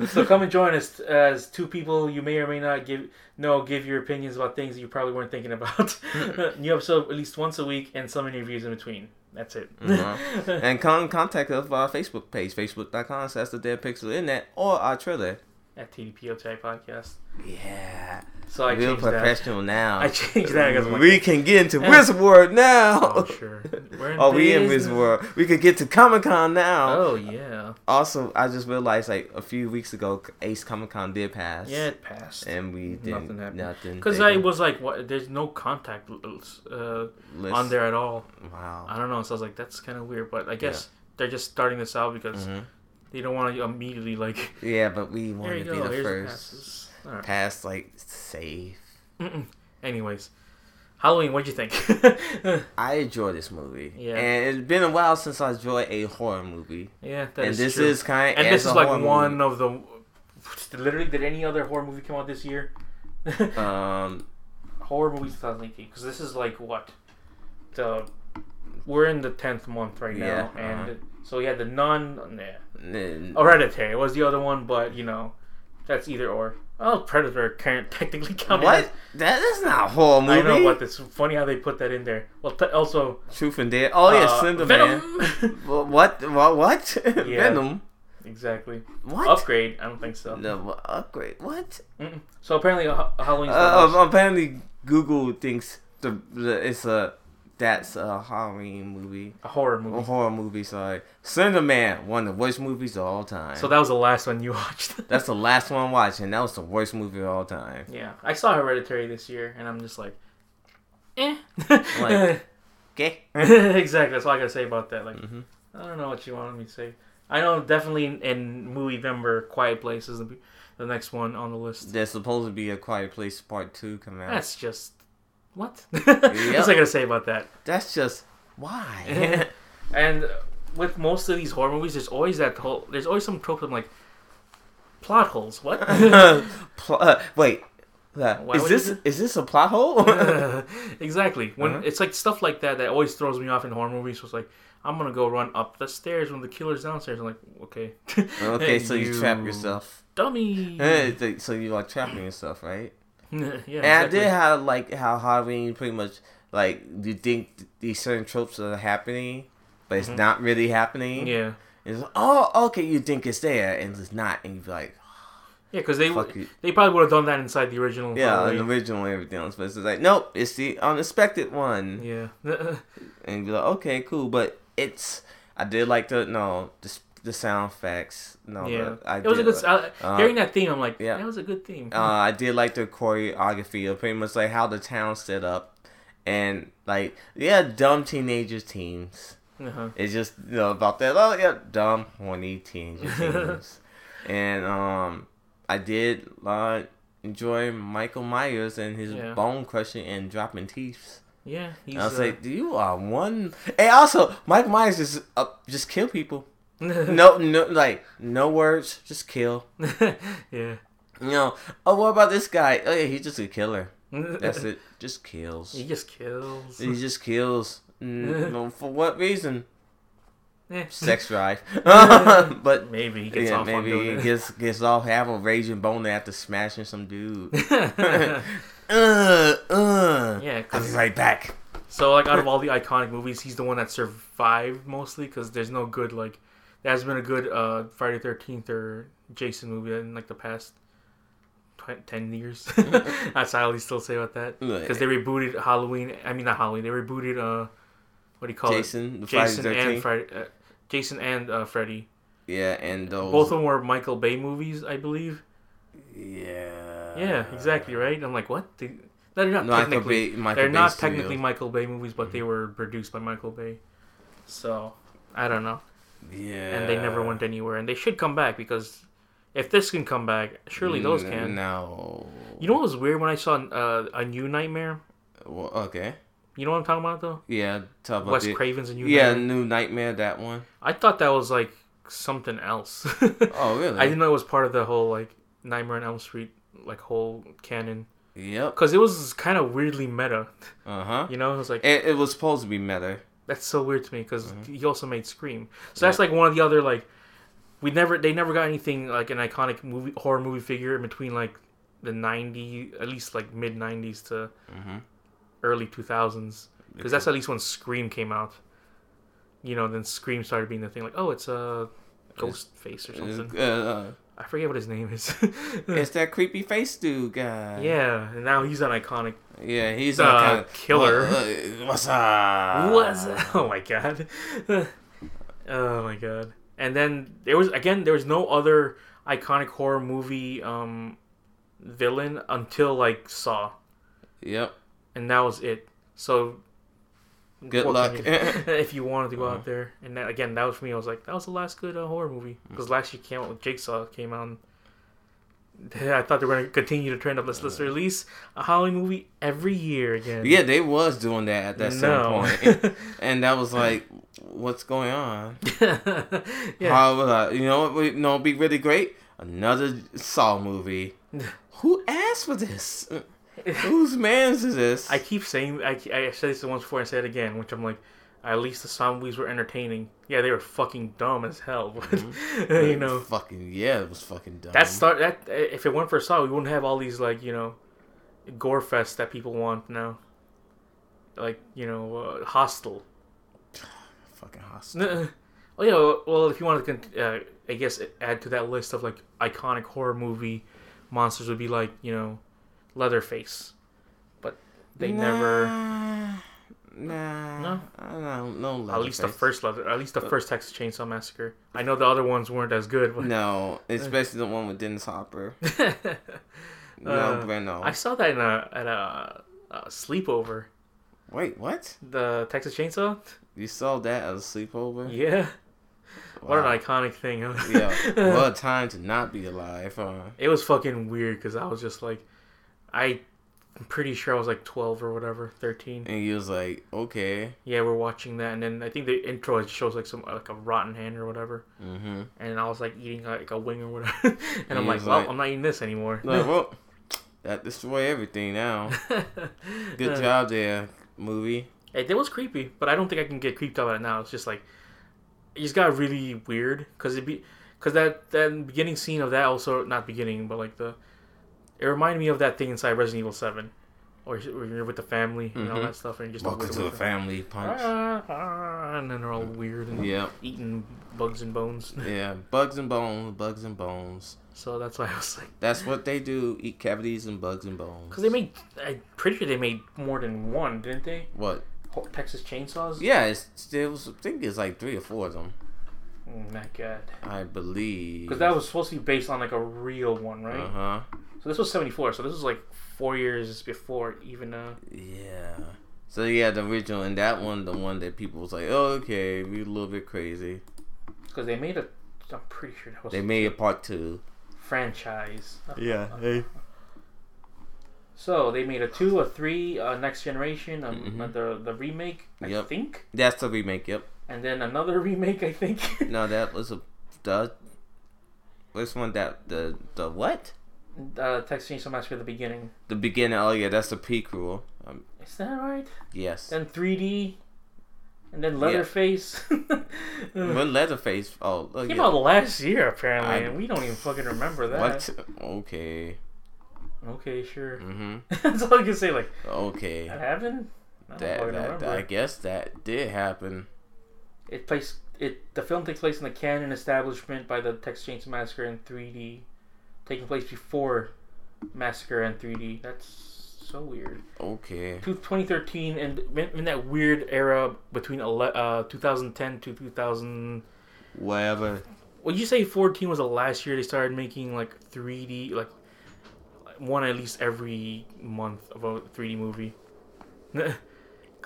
Speaker 1: so come and join us as two people you may or may not give know give your opinions about things that you probably weren't thinking about. New episode at least once a week and some interviews in between. That's it.
Speaker 2: Uh-huh. and con- contact us via our Facebook page, facebook.com slash the dead pixel internet or our Twitter.
Speaker 1: at TDPOTI podcast.
Speaker 2: Yeah.
Speaker 1: So I
Speaker 2: Real
Speaker 1: changed that.
Speaker 2: professional now.
Speaker 1: I changed that because I'm like,
Speaker 2: we can get into Wizard World now.
Speaker 1: oh, sure. We're in
Speaker 2: Oh, we in Wizard
Speaker 1: business.
Speaker 2: World. We could get to Comic Con now.
Speaker 1: Oh yeah,
Speaker 2: Also, I just realized like a few weeks ago, Ace Comic Con did pass.
Speaker 1: yeah, it passed.
Speaker 2: And we didn't
Speaker 1: Nothing happened.
Speaker 2: nothing.
Speaker 1: Because
Speaker 2: They
Speaker 1: I
Speaker 2: didn't
Speaker 1: was like, what? There's no contact uh,
Speaker 2: list.
Speaker 1: on there at all.
Speaker 2: Wow.
Speaker 1: I don't know. So I was like, that's kind of weird. But I guess they're just starting this out because they don't want to immediately like.
Speaker 2: Mm-hmm. Yeah, but we
Speaker 1: Here
Speaker 2: wanted
Speaker 1: you
Speaker 2: to be
Speaker 1: go.
Speaker 2: the
Speaker 1: Here's the
Speaker 2: first
Speaker 1: passes. All right.
Speaker 2: pass like safe.
Speaker 1: Anyways, Halloween, what'd you think?
Speaker 2: I enjoy this movie.
Speaker 1: Yeah.
Speaker 2: And it's been a while since I enjoyed a horror movie.
Speaker 1: yeah, that's
Speaker 2: and this
Speaker 1: true.
Speaker 2: is kind
Speaker 1: and this
Speaker 2: as a
Speaker 1: is like
Speaker 2: horror
Speaker 1: one of the. Literally, did any other horror movie come out this year?
Speaker 2: movie. Um,
Speaker 1: horror movies 2018 because this is like what the we're in the tenth month right now,
Speaker 2: Yeah,
Speaker 1: and
Speaker 2: uh-huh.
Speaker 1: so yeah, the nun, yeah,
Speaker 2: n-
Speaker 1: Hereditary was the other one, but you know, that's either or. Oh, Predator can't technically count.
Speaker 2: what?
Speaker 1: as-
Speaker 2: That is not a horror movie.
Speaker 1: I know, but it's funny how they put that in there. Well, t- also,
Speaker 2: Truth and Dare. Oh yeah,
Speaker 1: uh,
Speaker 2: Slender Man.
Speaker 1: Venom.
Speaker 2: Wha- What? What? What? Venom.
Speaker 1: exactly.
Speaker 2: What?
Speaker 1: Upgrade? I don't think so.
Speaker 2: No wha- upgrade. What?
Speaker 1: Mm-mm. So apparently, uh, Halloween's the
Speaker 2: Uh,
Speaker 1: last-
Speaker 2: apparently, Google thinks the, the it's a that's a Halloween movie,
Speaker 1: a horror
Speaker 2: a
Speaker 1: movie.
Speaker 2: horror movie. Sorry, Slender Man, one of the worst movies of all time.
Speaker 1: So that was the last one you watched.
Speaker 2: That's the last one I watched, and that was the worst movie of all time.
Speaker 1: Yeah, I saw Hereditary this year, and I'm just like, eh.
Speaker 2: Like- Okay.
Speaker 1: exactly. That's all I gotta say about that. Like,
Speaker 2: Mhm.
Speaker 1: I don't know what you wanted me to say. I know definitely in, in movie member Quiet Place is the, the next one on the list.
Speaker 2: There's supposed to be a Quiet Place Part Two coming out. That's,
Speaker 1: That's just what. That's all I gotta say about that.
Speaker 2: just why.
Speaker 1: And uh, with most of these horror movies, there's always that whole. There's always some trope of like plot holes. What?
Speaker 2: Pl- uh, wait, uh,
Speaker 1: Why
Speaker 2: is
Speaker 1: would you
Speaker 2: this
Speaker 1: do-
Speaker 2: is this a plot hole?
Speaker 1: exactly. When
Speaker 2: Uh-huh.
Speaker 1: it's like stuff like that that always throws me off in horror movies. Was like, I'm gonna go run up the stairs when the killer's downstairs. I'm like, okay,
Speaker 2: okay, so you, trap yourself.
Speaker 1: dummy. yeah,
Speaker 2: Eh, th- so you like trapping yourself, right? And I
Speaker 1: exactly.
Speaker 2: did how like how Halloween pretty much like you think th- these certain tropes are happening, but it's not really happening.
Speaker 1: Mm-hmm. yeah,
Speaker 2: It's oh okay, you think it's there and it's not, and you be like
Speaker 1: yeah, because they
Speaker 2: fuck you.
Speaker 1: they probably would have done that inside the original.
Speaker 2: Yeah,
Speaker 1: Halloween.
Speaker 2: an original and everything else, but it's just like nope, it's the unexpected one,
Speaker 1: yeah,
Speaker 2: and you be like okay, cool, but it's I did like the no the s- the sound effects, no,
Speaker 1: yeah.
Speaker 2: the, I
Speaker 1: it was a
Speaker 2: did
Speaker 1: good.
Speaker 2: like-
Speaker 1: I-
Speaker 2: uh,
Speaker 1: hearing that theme, I'm like,
Speaker 2: yeah.
Speaker 1: that was a good theme.
Speaker 2: uh, I did like the choreography of pretty much like how the town set up, and like yeah, dumb teenagers teams.
Speaker 1: uh-huh.
Speaker 2: It's just you know, about that. Oh yeah, dumb horny teenager teams. and um, I did uh, enjoy Michael Myers and his
Speaker 1: Yeah.
Speaker 2: bone crushing and dropping teeth.
Speaker 1: Yeah, he's.
Speaker 2: And I was
Speaker 1: uh,
Speaker 2: like, "Do you are one?" And also, Michael Myers just uh, just kill people. No, no, like no words, just kill.
Speaker 1: yeah.
Speaker 2: You know, oh, what about this guy? Oh, yeah, he's just a killer. That's it. Just kills.
Speaker 1: He just kills.
Speaker 2: He just kills. Mm, well, for what reason?
Speaker 1: Eh.
Speaker 2: Sex drive. but
Speaker 1: Maybe he gets
Speaker 2: yeah,
Speaker 1: off on
Speaker 2: maybe
Speaker 1: doing
Speaker 2: he gets gets off have a raging boner after smashing some dude.
Speaker 1: it.
Speaker 2: uh,
Speaker 1: yeah,
Speaker 2: uh. I'll be
Speaker 1: because
Speaker 2: right back.
Speaker 1: So like out of all the iconic movies, he's the one that survived mostly because there's no good like there has been a good uh Friday Thirteenth or Jason movie in like the past tw- ten years. That's how they still say about that because they rebooted Halloween. I mean not Halloween. They rebooted uh what do you call
Speaker 2: Jason, the
Speaker 1: it? Jason
Speaker 2: Friday
Speaker 1: and
Speaker 2: 13th.
Speaker 1: Friday. Uh, Jason and uh, Freddy.
Speaker 2: yeah, and those.
Speaker 1: Both of them were Michael Bay movies, I believe.
Speaker 2: Yeah.
Speaker 1: Yeah, exactly right. I'm like, what? They, they're not
Speaker 2: Ah. Michael
Speaker 1: technically.
Speaker 2: Bay. Michael
Speaker 1: They're
Speaker 2: Bay
Speaker 1: not
Speaker 2: Studios.
Speaker 1: technically Michael Bay movies, but
Speaker 2: Mm-hmm.
Speaker 1: they were produced by Michael Bay. So I don't know,
Speaker 2: Yeah.
Speaker 1: and they never went anywhere, and they should come back because if this can come back, surely those
Speaker 2: N-
Speaker 1: can.
Speaker 2: Mm, No.
Speaker 1: You know what was weird when I saw uh, a new Nightmare?
Speaker 2: Well, okay.
Speaker 1: You know what I'm talking about though?
Speaker 2: Yeah. Talk about
Speaker 1: Wes
Speaker 2: the-
Speaker 1: Craven's a new
Speaker 2: Yeah,
Speaker 1: Nightmare.
Speaker 2: new nightmare. That one.
Speaker 1: I thought that was like something else.
Speaker 2: Oh, really?
Speaker 1: I didn't know it was part of the whole like Nightmare on Elm Street like whole canon
Speaker 2: Yep.
Speaker 1: because it was kind of weirdly meta.
Speaker 2: Uh huh.
Speaker 1: You know, it was like.
Speaker 2: It, it was supposed to be meta.
Speaker 1: That's so weird to me because he also made Scream. So that's like one of the other like we never they never got anything like an iconic movie horror movie figure in between like the 90 at least like mid 90s to
Speaker 2: Mhm.
Speaker 1: early 2000s because that's at least when Scream came out. You know, then Scream started being the thing like oh it's a ghost face or something.
Speaker 2: Uh, uh,
Speaker 1: I forget what his name is.
Speaker 2: it's that creepy face dude guy.
Speaker 1: yeah, and now he's an iconic.
Speaker 2: Yeah, he's
Speaker 1: Uh,
Speaker 2: a kind of
Speaker 1: killer.
Speaker 2: what's up?
Speaker 1: was oh my god oh my god and then there was again there was no other iconic horror movie um villain until like saw
Speaker 2: Yep.
Speaker 1: and that was it so
Speaker 2: Good luck. Uh-huh.
Speaker 1: unfortunately, if you wanted to go out there and that, again that
Speaker 2: Mm.
Speaker 1: was for me i was like that was the last good uh, horror movie because last year came out with jigsaw came out and I thought they were gonna continue to trend up. Let's let's release a Halloween movie every year again.
Speaker 2: Uh-huh. Yeah, they was doing that at that
Speaker 1: No.
Speaker 2: certain point, and, and that was like, what's going on?
Speaker 1: Yeah.
Speaker 2: How was I, you know what? would- No, it'd be really great. Another Saw movie. Who asked for this? Whose man's is this?
Speaker 1: I keep saying I, I said this once before and said it again, which I'm like, at least the zombies were entertaining. Yeah, they were fucking dumb as hell, but you know
Speaker 2: fucking yeah, it was fucking dumb.
Speaker 1: that start that eh, if it weren't for Saw, we wouldn't have all these like you know gore fests that people want now. Like you know, uh, hostile.
Speaker 2: fucking
Speaker 1: N-
Speaker 2: hostile.
Speaker 1: uh, Oh yeah, well if you want to, con- uh, I guess add to that list of like iconic horror movie monsters would be like you know, Leatherface, but they never.
Speaker 2: Nah, nah.
Speaker 1: No?
Speaker 2: I don't know.
Speaker 1: At least the
Speaker 2: Leatherface.
Speaker 1: first leather, at least the first Texas Chainsaw Massacre. I know the other ones weren't as good, but
Speaker 2: No, especially the one with Dennis Hopper. no,
Speaker 1: Uh,
Speaker 2: Breno.
Speaker 1: I saw that in a at a, a sleepover.
Speaker 2: Wait, what?
Speaker 1: The Texas Chainsaw.
Speaker 2: You saw that at a sleepover?
Speaker 1: Yeah, what
Speaker 2: Wow.
Speaker 1: an iconic thing. Huh?
Speaker 2: yeah, what a time to not be alive. Huh?
Speaker 1: it was fucking weird because I was just like, I. I'm pretty sure I was like 12 or whatever, 13.
Speaker 2: And he was like, okay.
Speaker 1: Yeah, we're watching that, and then I think the intro it shows like some like a rotten hand or whatever,
Speaker 2: Mm-hmm.
Speaker 1: and I was like eating like a wing or whatever, and I'm
Speaker 2: He
Speaker 1: like,
Speaker 2: was
Speaker 1: well,
Speaker 2: like-
Speaker 1: I'm not eating this anymore.
Speaker 2: Like, well, that destroy everything now. Good
Speaker 1: Uh,
Speaker 2: job there, movie.
Speaker 1: It, it was creepy, but I don't think I can get creeped out by it now. It's just like it just got really weird because it be because that that beginning scene of that also not beginning but like the it reminded me of that thing inside Resident Evil Seven, or you're- or you're with the family and all
Speaker 2: Mhm.
Speaker 1: that stuff, and you're just a
Speaker 2: Welcome
Speaker 1: weird
Speaker 2: to the
Speaker 1: person.
Speaker 2: family punch.
Speaker 1: Ah, ah, and then they're all weird and
Speaker 2: Yep.
Speaker 1: eating bugs and bones.
Speaker 2: Yeah, bugs and bones, bugs and bones.
Speaker 1: So that's why I was like,
Speaker 2: That's what they do, eat cavities and bugs and bones.
Speaker 1: because they made I'm pretty sure they made more than one, didn't they?
Speaker 2: What?
Speaker 1: Ho- Texas Chainsaws.
Speaker 2: Yeah, it's, there was, I think it's like three or four of them,
Speaker 1: Oh my god.
Speaker 2: I believe.
Speaker 1: Because that was supposed to be based on like a real one, right?
Speaker 2: Uh huh.
Speaker 1: So this was 74, so this was like four years before even uh
Speaker 2: Yeah. So yeah, the original and that one, the one that people was like, oh, okay, we a little bit crazy.
Speaker 1: because they made a I'm pretty sure that was
Speaker 2: They
Speaker 1: a
Speaker 2: made a part two.
Speaker 1: franchise.
Speaker 2: Yeah. Hey.
Speaker 1: So they made a 2, a 3, uh next generation, um,
Speaker 2: Mhm.
Speaker 1: the the remake, I
Speaker 2: Yep.
Speaker 1: think,
Speaker 2: That's the remake. Yep.
Speaker 1: and then another remake, I think.
Speaker 2: No, that was a the. Which one? That the the what?
Speaker 1: uh Texas Chainsaw Massacre at the beginning.
Speaker 2: The beginning. Oh yeah, that's the prequel. Um,
Speaker 1: Is that right?
Speaker 2: yes.
Speaker 1: Then 3D and then Leatherface.
Speaker 2: When Leatherface. Oh, oh,
Speaker 1: Came
Speaker 2: yeah.
Speaker 1: out last year apparently,
Speaker 2: I-
Speaker 1: and we don't even fucking remember that.
Speaker 2: What? Okay.
Speaker 1: Okay, sure.
Speaker 2: Mm-hmm.
Speaker 1: That's all you can say. Like
Speaker 2: Okay.
Speaker 1: that happened. I don't
Speaker 2: That,
Speaker 1: fucking
Speaker 2: that
Speaker 1: remember.
Speaker 2: I guess that did happen.
Speaker 1: It plays it. The film takes place in the canon establishment by the Texas Chainsaw Massacre in 3D, taking place before Massacre in 3D. That's so weird.
Speaker 2: Okay.
Speaker 1: Two- 2013 and in, in that weird era between ele- uh, 2010 to 2000.
Speaker 2: Whatever.
Speaker 1: Would you say 14 was the last year they started making like 3D like one at least every month of a 3D movie?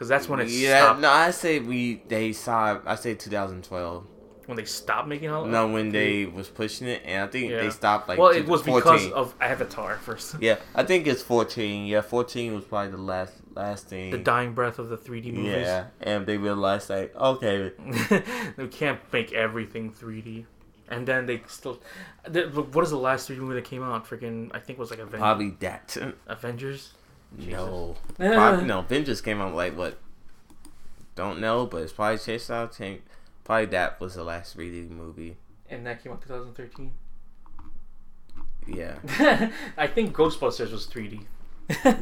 Speaker 1: Because that's when it
Speaker 2: yeah,
Speaker 1: stopped.
Speaker 2: no, I say we they saw. I say 2012.
Speaker 1: When they stopped making all.
Speaker 2: No, when they was pushing it, and I think
Speaker 1: Yeah.
Speaker 2: they stopped like.
Speaker 1: well,
Speaker 2: two-
Speaker 1: it was
Speaker 2: 14.
Speaker 1: because of Avatar first.
Speaker 2: Yeah, I think it's 14. Yeah, 14 was probably the last last thing.
Speaker 1: the dying breath of the 3D movies. Mm.
Speaker 2: yeah, and they realized like, okay,
Speaker 1: we can't make everything 3D. And then they still. The, but what is the last 3D movie that came out? Freaking, I think it was like Aven-
Speaker 2: probably that.
Speaker 1: Avengers.
Speaker 2: No, probably, no. Avengers came out like what? Don't know, but it's probably Chase Out. Tank. Probably that was the last 3D movie.
Speaker 1: And that came out 2013.
Speaker 2: Yeah.
Speaker 1: I think Ghostbusters was 3D.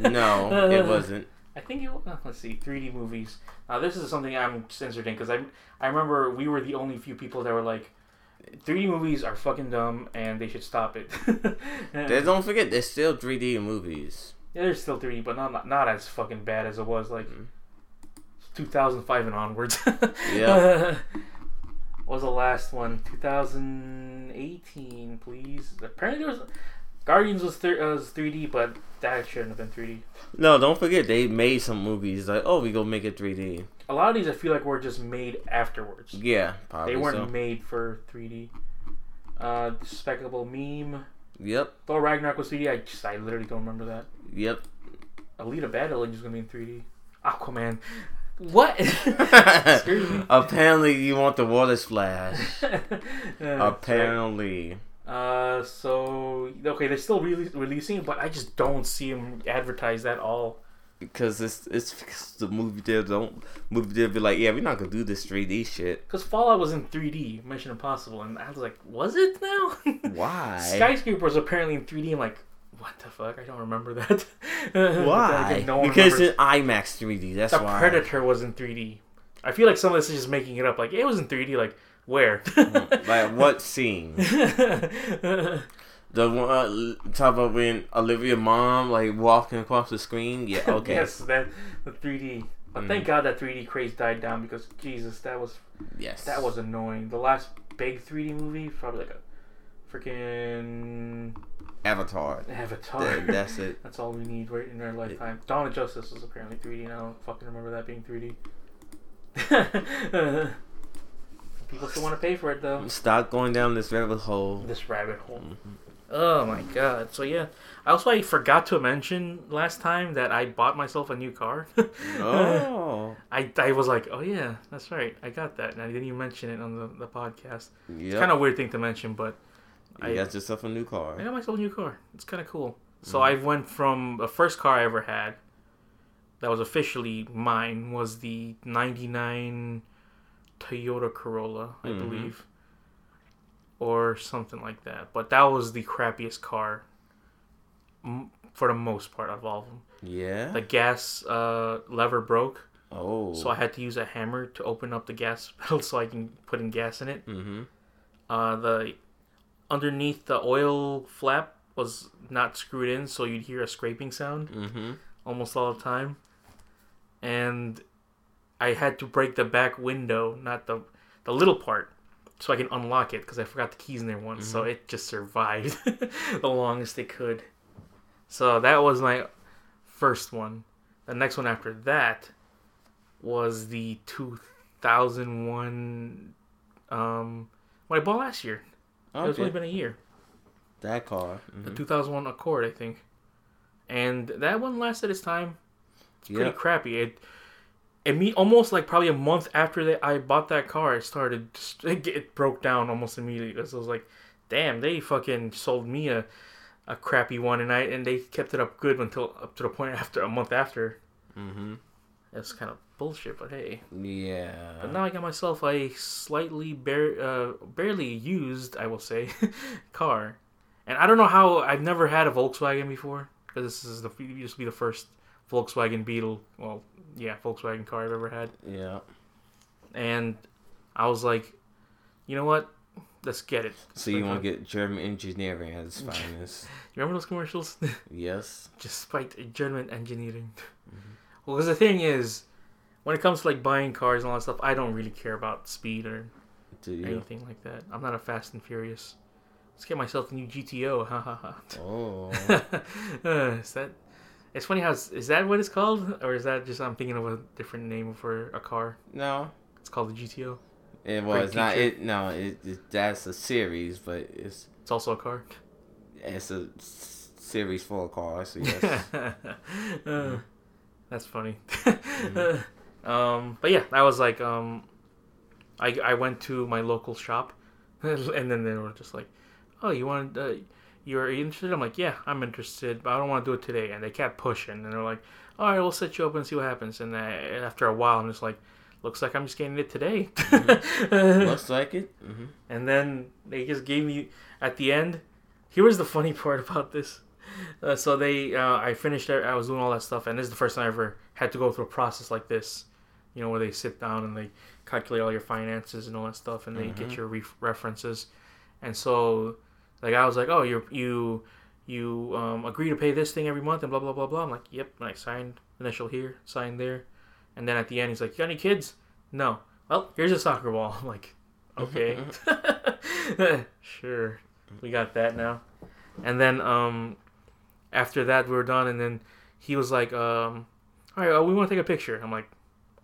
Speaker 2: No, it wasn't.
Speaker 1: I think it. uh, Let's see, 3D movies. Now this is something I'm censored in because I I remember we were the only few people that were like, 3D movies are fucking dumb and they should stop it.
Speaker 2: They- Don't forget, there's still 3D movies.
Speaker 1: Yeah, there's still 3D, but not not as fucking bad as it was like 2005 and onwards.
Speaker 2: Yeah.
Speaker 1: What was the last one? 2018, please. Apparently there was Guardians was, thir- uh, was 3D, but that shouldn't have been 3D.
Speaker 2: No, don't forget they made some movies like, oh, we gonna make it 3D.
Speaker 1: A lot of these I feel like were just made afterwards.
Speaker 2: Yeah, probably
Speaker 1: they weren't
Speaker 2: so.
Speaker 1: made for 3D. Uh, Despicable Meme,
Speaker 3: Yep.
Speaker 1: Thor Ragnarok was 3D. I just, I literally don't remember that.
Speaker 3: Yep.
Speaker 1: Alita Battle Angel is gonna be in 3D. Aquaman. What? Excuse me.
Speaker 3: Apparently, you want the water splash.
Speaker 1: Yeah.
Speaker 3: Apparently.
Speaker 1: Uh, so okay, they're still rele- releasing, it, but I just don't see them advertised at all.
Speaker 3: Because it's it's 'cause the movie deal don't movie deal be like yeah we're not gonna do this 3D shit
Speaker 1: Cause Fallout was in 3D, Mission Impossible, and I was like, was it now?
Speaker 3: why
Speaker 1: Skyscraper was apparently in 3D. I'm like, what the fuck? I don't remember that.
Speaker 3: why
Speaker 1: Like, no one
Speaker 3: because
Speaker 1: remembers.
Speaker 3: it's IMAX 3D that's
Speaker 1: the
Speaker 3: why
Speaker 1: Predator was in 3D. I feel like some of this is just making it up. Like it was in 3D. Like where?
Speaker 3: like what scene the one uh, talk about when Olivia mom like walking across the screen yeah okay
Speaker 1: Yes, that the 3D. But thank
Speaker 3: Mm.
Speaker 1: God that 3D craze died down because Jesus, that was
Speaker 3: yes
Speaker 1: that was annoying. The last big 3D movie, was probably like a freaking
Speaker 3: Avatar
Speaker 1: Avatar.
Speaker 3: Th- that's it
Speaker 1: That's all we need right in our lifetime. Dawn of Justice was apparently 3D, and I don't fucking remember that being 3D. People still want to pay for it though.
Speaker 3: stop going down this rabbit hole
Speaker 1: This rabbit hole.
Speaker 3: Mm-hmm.
Speaker 1: Oh my god. So yeah, also I forgot to mention last time that I bought myself a new car.
Speaker 3: oh
Speaker 1: I, I was like, oh yeah, that's right, I got that, and I didn't even mention it on the, the podcast. It's
Speaker 3: yeah
Speaker 1: kind of weird thing to mention, but
Speaker 3: you got yourself a new car
Speaker 1: I got myself a new car. It's kind of cool. So I went from the first car I ever had, that was officially mine, was the '99 Toyota Corolla, I
Speaker 3: Mhm.
Speaker 1: believe, or something like that. But that was the crappiest car, m- for the most part of all of them.
Speaker 3: yeah
Speaker 1: The gas uh, lever broke,
Speaker 3: oh
Speaker 1: so I had to use a hammer to open up the gas pedal so I can put in gas in it.
Speaker 2: Mm.
Speaker 3: mm-hmm
Speaker 1: Uh, the underneath the oil flap was not screwed in, so you'd hear a scraping sound
Speaker 3: mm-hmm
Speaker 1: almost all the time. And I had to break the back window, not the the little part, so I can unlock it because I forgot the keys in there once. So it just survived the longest it could. So that was my first one. The next one after that was the 2001 um what I bought last year. It's
Speaker 3: okay
Speaker 1: only been a year.
Speaker 3: that car
Speaker 1: The
Speaker 3: Mhm.
Speaker 1: 2001 Accord, I think. And that one lasted its time. It's pretty
Speaker 3: Yeah.
Speaker 1: crappy. It, it me almost like probably a month after that I bought that car, it started. Just, it, get- it broke down almost immediately. 'Cause I was like, damn, they fucking sold me a, a crappy one, and I and they kept it up good until up to the point after a month after.
Speaker 3: mm-hmm
Speaker 1: That's kind of bullshit, but hey.
Speaker 3: Yeah.
Speaker 1: But now I got myself a slightly bare, uh, barely used, I will say, car, and I don't know how I've never had a Volkswagen before because this is the used to be the first Volkswagen Beetle, well, yeah, Volkswagen car I've ever had,
Speaker 3: yeah.
Speaker 1: and I was like, you know what, let's get it.
Speaker 3: So you want to get German engineering at its finest?
Speaker 1: You remember those commercials?
Speaker 3: yes.
Speaker 1: Just fight German engineering. Well, because the thing is, when it comes to like buying cars and all that stuff, I don't really care about speed or
Speaker 3: Do you?
Speaker 1: anything like that. I'm not a Fast and Furious. Let's get myself a new GTO. Ha ha ha.
Speaker 3: Oh.
Speaker 1: Uh, is that? It's funny how is that what it's called, or is that just I'm thinking of a different name for a car?
Speaker 3: no.
Speaker 1: It's called the GTO.
Speaker 3: It
Speaker 1: Great
Speaker 3: was not.
Speaker 1: teacher.
Speaker 3: It no. It, it that's a series, but it's
Speaker 1: It's also a car.
Speaker 3: it's a s- series full of cars. So yes.
Speaker 1: Uh, That's funny. um, but yeah, that was like um, I I went to my local shop, and then they were just like, "Oh, you want uh, you're interested?" I'm like, "Yeah, I'm interested, but I don't want to do it today." And they kept pushing, and they're like, "All right, we'll set you up and see what happens." And I, after a while, I'm just like. Looks like I'm just getting it today.
Speaker 3: Looks like it. Mm-hmm.
Speaker 1: And then they just gave me at the end. Here was the funny part about this. Uh, so they, uh, I finished. it, I was doing all that stuff, and this is the first time I ever had to go through a process like this. You know, where they sit down and they calculate all your finances and all that stuff, and they get your re- references. And so, like, I was like, "Oh, you you you um, agree to pay this thing every month," and blah blah blah blah. I'm like, "Yep." And I signed initial here, signed there, and then at the end, he's like, "You got any kids?" No. Well, here's a soccer ball. I'm like, okay sure we got that now and then um after that we were done and then he was like um all right well, we want to take a picture i'm like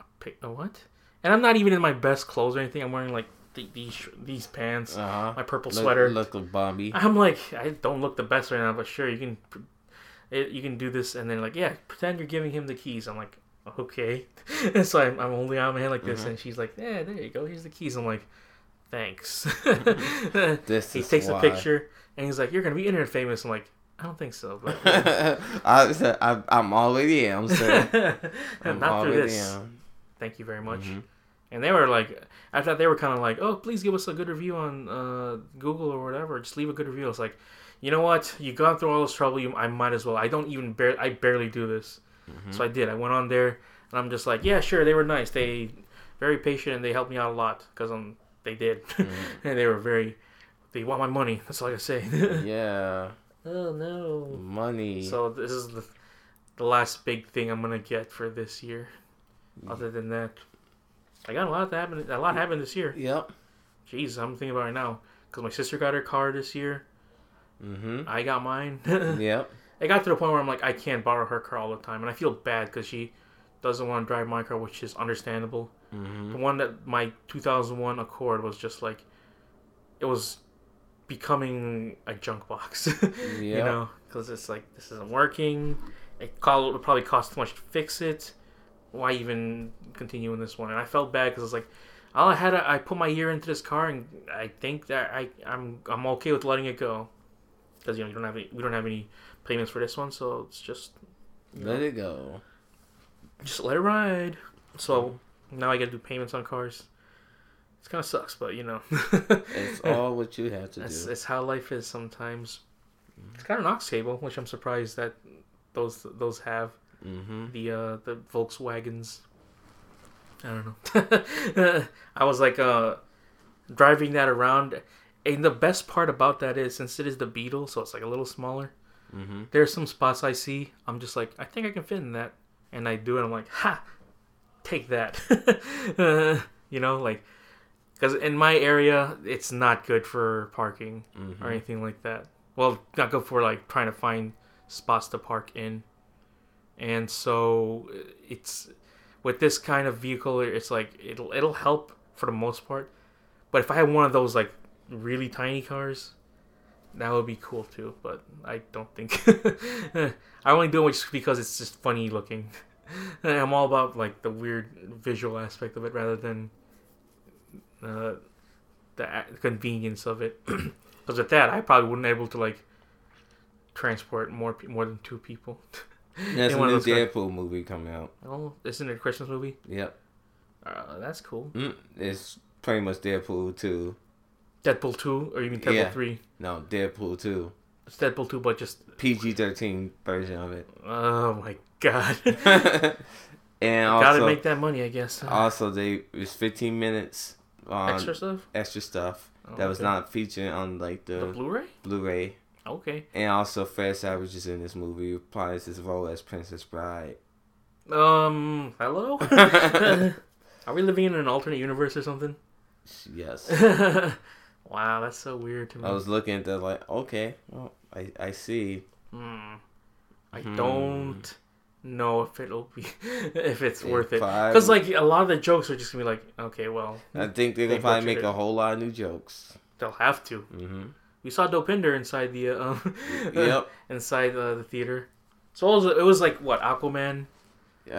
Speaker 1: a pic- a what and i'm not even in my best clothes or anything i'm wearing like th- these these pants,
Speaker 2: Uh-huh.
Speaker 1: my purple
Speaker 2: Look-
Speaker 1: sweater.
Speaker 2: Look, like Bambi.
Speaker 1: I'm like, I don't look the best right now, but sure, you can, pr- it, you can do this, and then like, yeah, pretend you're giving him the keys. I'm like, okay, so I'm, I'm holding out my hand like this,
Speaker 2: Mm-hmm.
Speaker 1: and she's like, yeah, there you go, here's the keys. I'm like, thanks.
Speaker 2: This
Speaker 1: he
Speaker 2: is
Speaker 1: takes
Speaker 2: why.
Speaker 1: a picture, and he's like, you're gonna be internet famous. I'm like, I don't think so, but
Speaker 2: I, said, I, I'm already am, sir. I'm Mm-hmm.
Speaker 1: not through
Speaker 2: already
Speaker 1: this.
Speaker 2: am.
Speaker 1: Thank you very much. And they were like, I thought they were kind of like, oh, please give us a good review on uh, Google or whatever. Just leave a good review. It's like, you know what? You've gone through all this trouble. You, I might as well. I don't even bar- I barely do this,
Speaker 2: Mm-hmm.
Speaker 1: so I did. I went on there, and I'm just like, yeah, sure. They were nice. They very patient, and they helped me out a lot because um, they did, and they were very. They want my money. That's all I can say.
Speaker 2: Mm-hmm. Yeah,
Speaker 1: oh no.
Speaker 2: money.
Speaker 1: So this is the, the last big thing I'm gonna get for this year. Other than that, I got a lot that happened. A lot happened this year.
Speaker 2: yep.
Speaker 1: Jeez, I'm thinking about it right now because my sister got her car this year.
Speaker 2: Mm-hmm.
Speaker 1: I got mine.
Speaker 2: Yep.
Speaker 1: it got to the point where I'm like, I can't borrow her car all the time, and I feel bad because she doesn't want to drive my car, which is understandable.
Speaker 2: Mm-hmm.
Speaker 1: The one that my 2001 Accord was just like, it was becoming a junk box, you
Speaker 2: Yeah.
Speaker 1: know, because it's like this isn't working. It, call, it probably cost too much to fix it. Why even continue in this one? And I felt bad because it's like, all I had, I put my ear into this car, and I think that I, I'm, I'm okay with letting it go because you know you don't have any, we don't have any payments for this one, so it's just
Speaker 2: Let it go.
Speaker 1: just let it ride. So now I got to do payments on cars. It kind of sucks, but you know,
Speaker 2: It's all what you have to
Speaker 1: it's,
Speaker 2: do.
Speaker 1: it's how life is sometimes.
Speaker 2: Mm.
Speaker 1: It's got an aux cable, which I'm surprised that those those have
Speaker 2: Mm-hmm.
Speaker 1: the uh, the Volkswagens. I don't know. I was like uh, driving that around, and the best part about that is since it is the Beetle, so it's like a little smaller.
Speaker 2: Mhm.
Speaker 1: There's some spots I see. I'm just like, I think I can fit in that, and I do, and I'm like, ha, take that. Uh, you know, like, because in my area, it's not good for parking
Speaker 2: Mm-hmm.
Speaker 1: or anything like that. Well, not good for like trying to find spots to park in and so uh, it's with this kind of vehicle it's like it'll it'll help for the most part but if i had one of those like really tiny cars that would be cool too but i don't think i only do it just because it's just funny looking And i'm all about like the weird visual aspect of it rather than uh, the a- convenience of it because with that i probably wouldn't able to like transport more pe- more than two people
Speaker 2: There's a
Speaker 1: one of
Speaker 2: new
Speaker 1: those guys-
Speaker 2: Deadpool movie coming out.
Speaker 1: Oh, isn't it a Christmas movie?
Speaker 2: Yep.
Speaker 1: Uh, that's cool.
Speaker 2: Mm. It's pretty much Deadpool two.
Speaker 1: Deadpool 2, or even Deadpool
Speaker 2: Yeah.
Speaker 1: 3.
Speaker 2: No, Deadpool two.
Speaker 1: It's Deadpool 2, but just,
Speaker 2: PG thirteen version of it.
Speaker 1: oh my god.
Speaker 2: and
Speaker 1: Gotta
Speaker 2: also,
Speaker 1: make that money, I guess.
Speaker 2: also they it was fifteen minutes on
Speaker 1: Extra
Speaker 2: extra,
Speaker 1: stuff?
Speaker 2: stuff
Speaker 1: Oh,
Speaker 2: that was
Speaker 1: okay.
Speaker 2: not featured on like
Speaker 1: The
Speaker 2: the,
Speaker 1: Blu-ray?
Speaker 2: Blu-ray.
Speaker 1: Okay.
Speaker 2: And also, Fred Savage is in this movie, plays his role as Princess Bride.
Speaker 1: Um, hello? Are we living in an alternate universe or something?
Speaker 2: Yes.
Speaker 1: wow, that's so weird to me.
Speaker 2: I was looking at that, like, okay, well, I, I see.
Speaker 1: Hmm. I don't know if it'll be, if it's
Speaker 2: If
Speaker 1: worth it.
Speaker 2: I-
Speaker 1: Because, like, a lot of the jokes are just gonna be like, okay, well,
Speaker 2: I think they're
Speaker 1: They
Speaker 2: going to probably
Speaker 1: butchered
Speaker 2: make
Speaker 1: it.
Speaker 2: a whole lot of new jokes.
Speaker 1: they'll have to.
Speaker 2: Mm-hmm.
Speaker 1: We saw Dopinder inside the, uh, um,
Speaker 2: Yep.
Speaker 1: inside uh, the theater. So it was, it was like what Aquaman.
Speaker 2: Uh,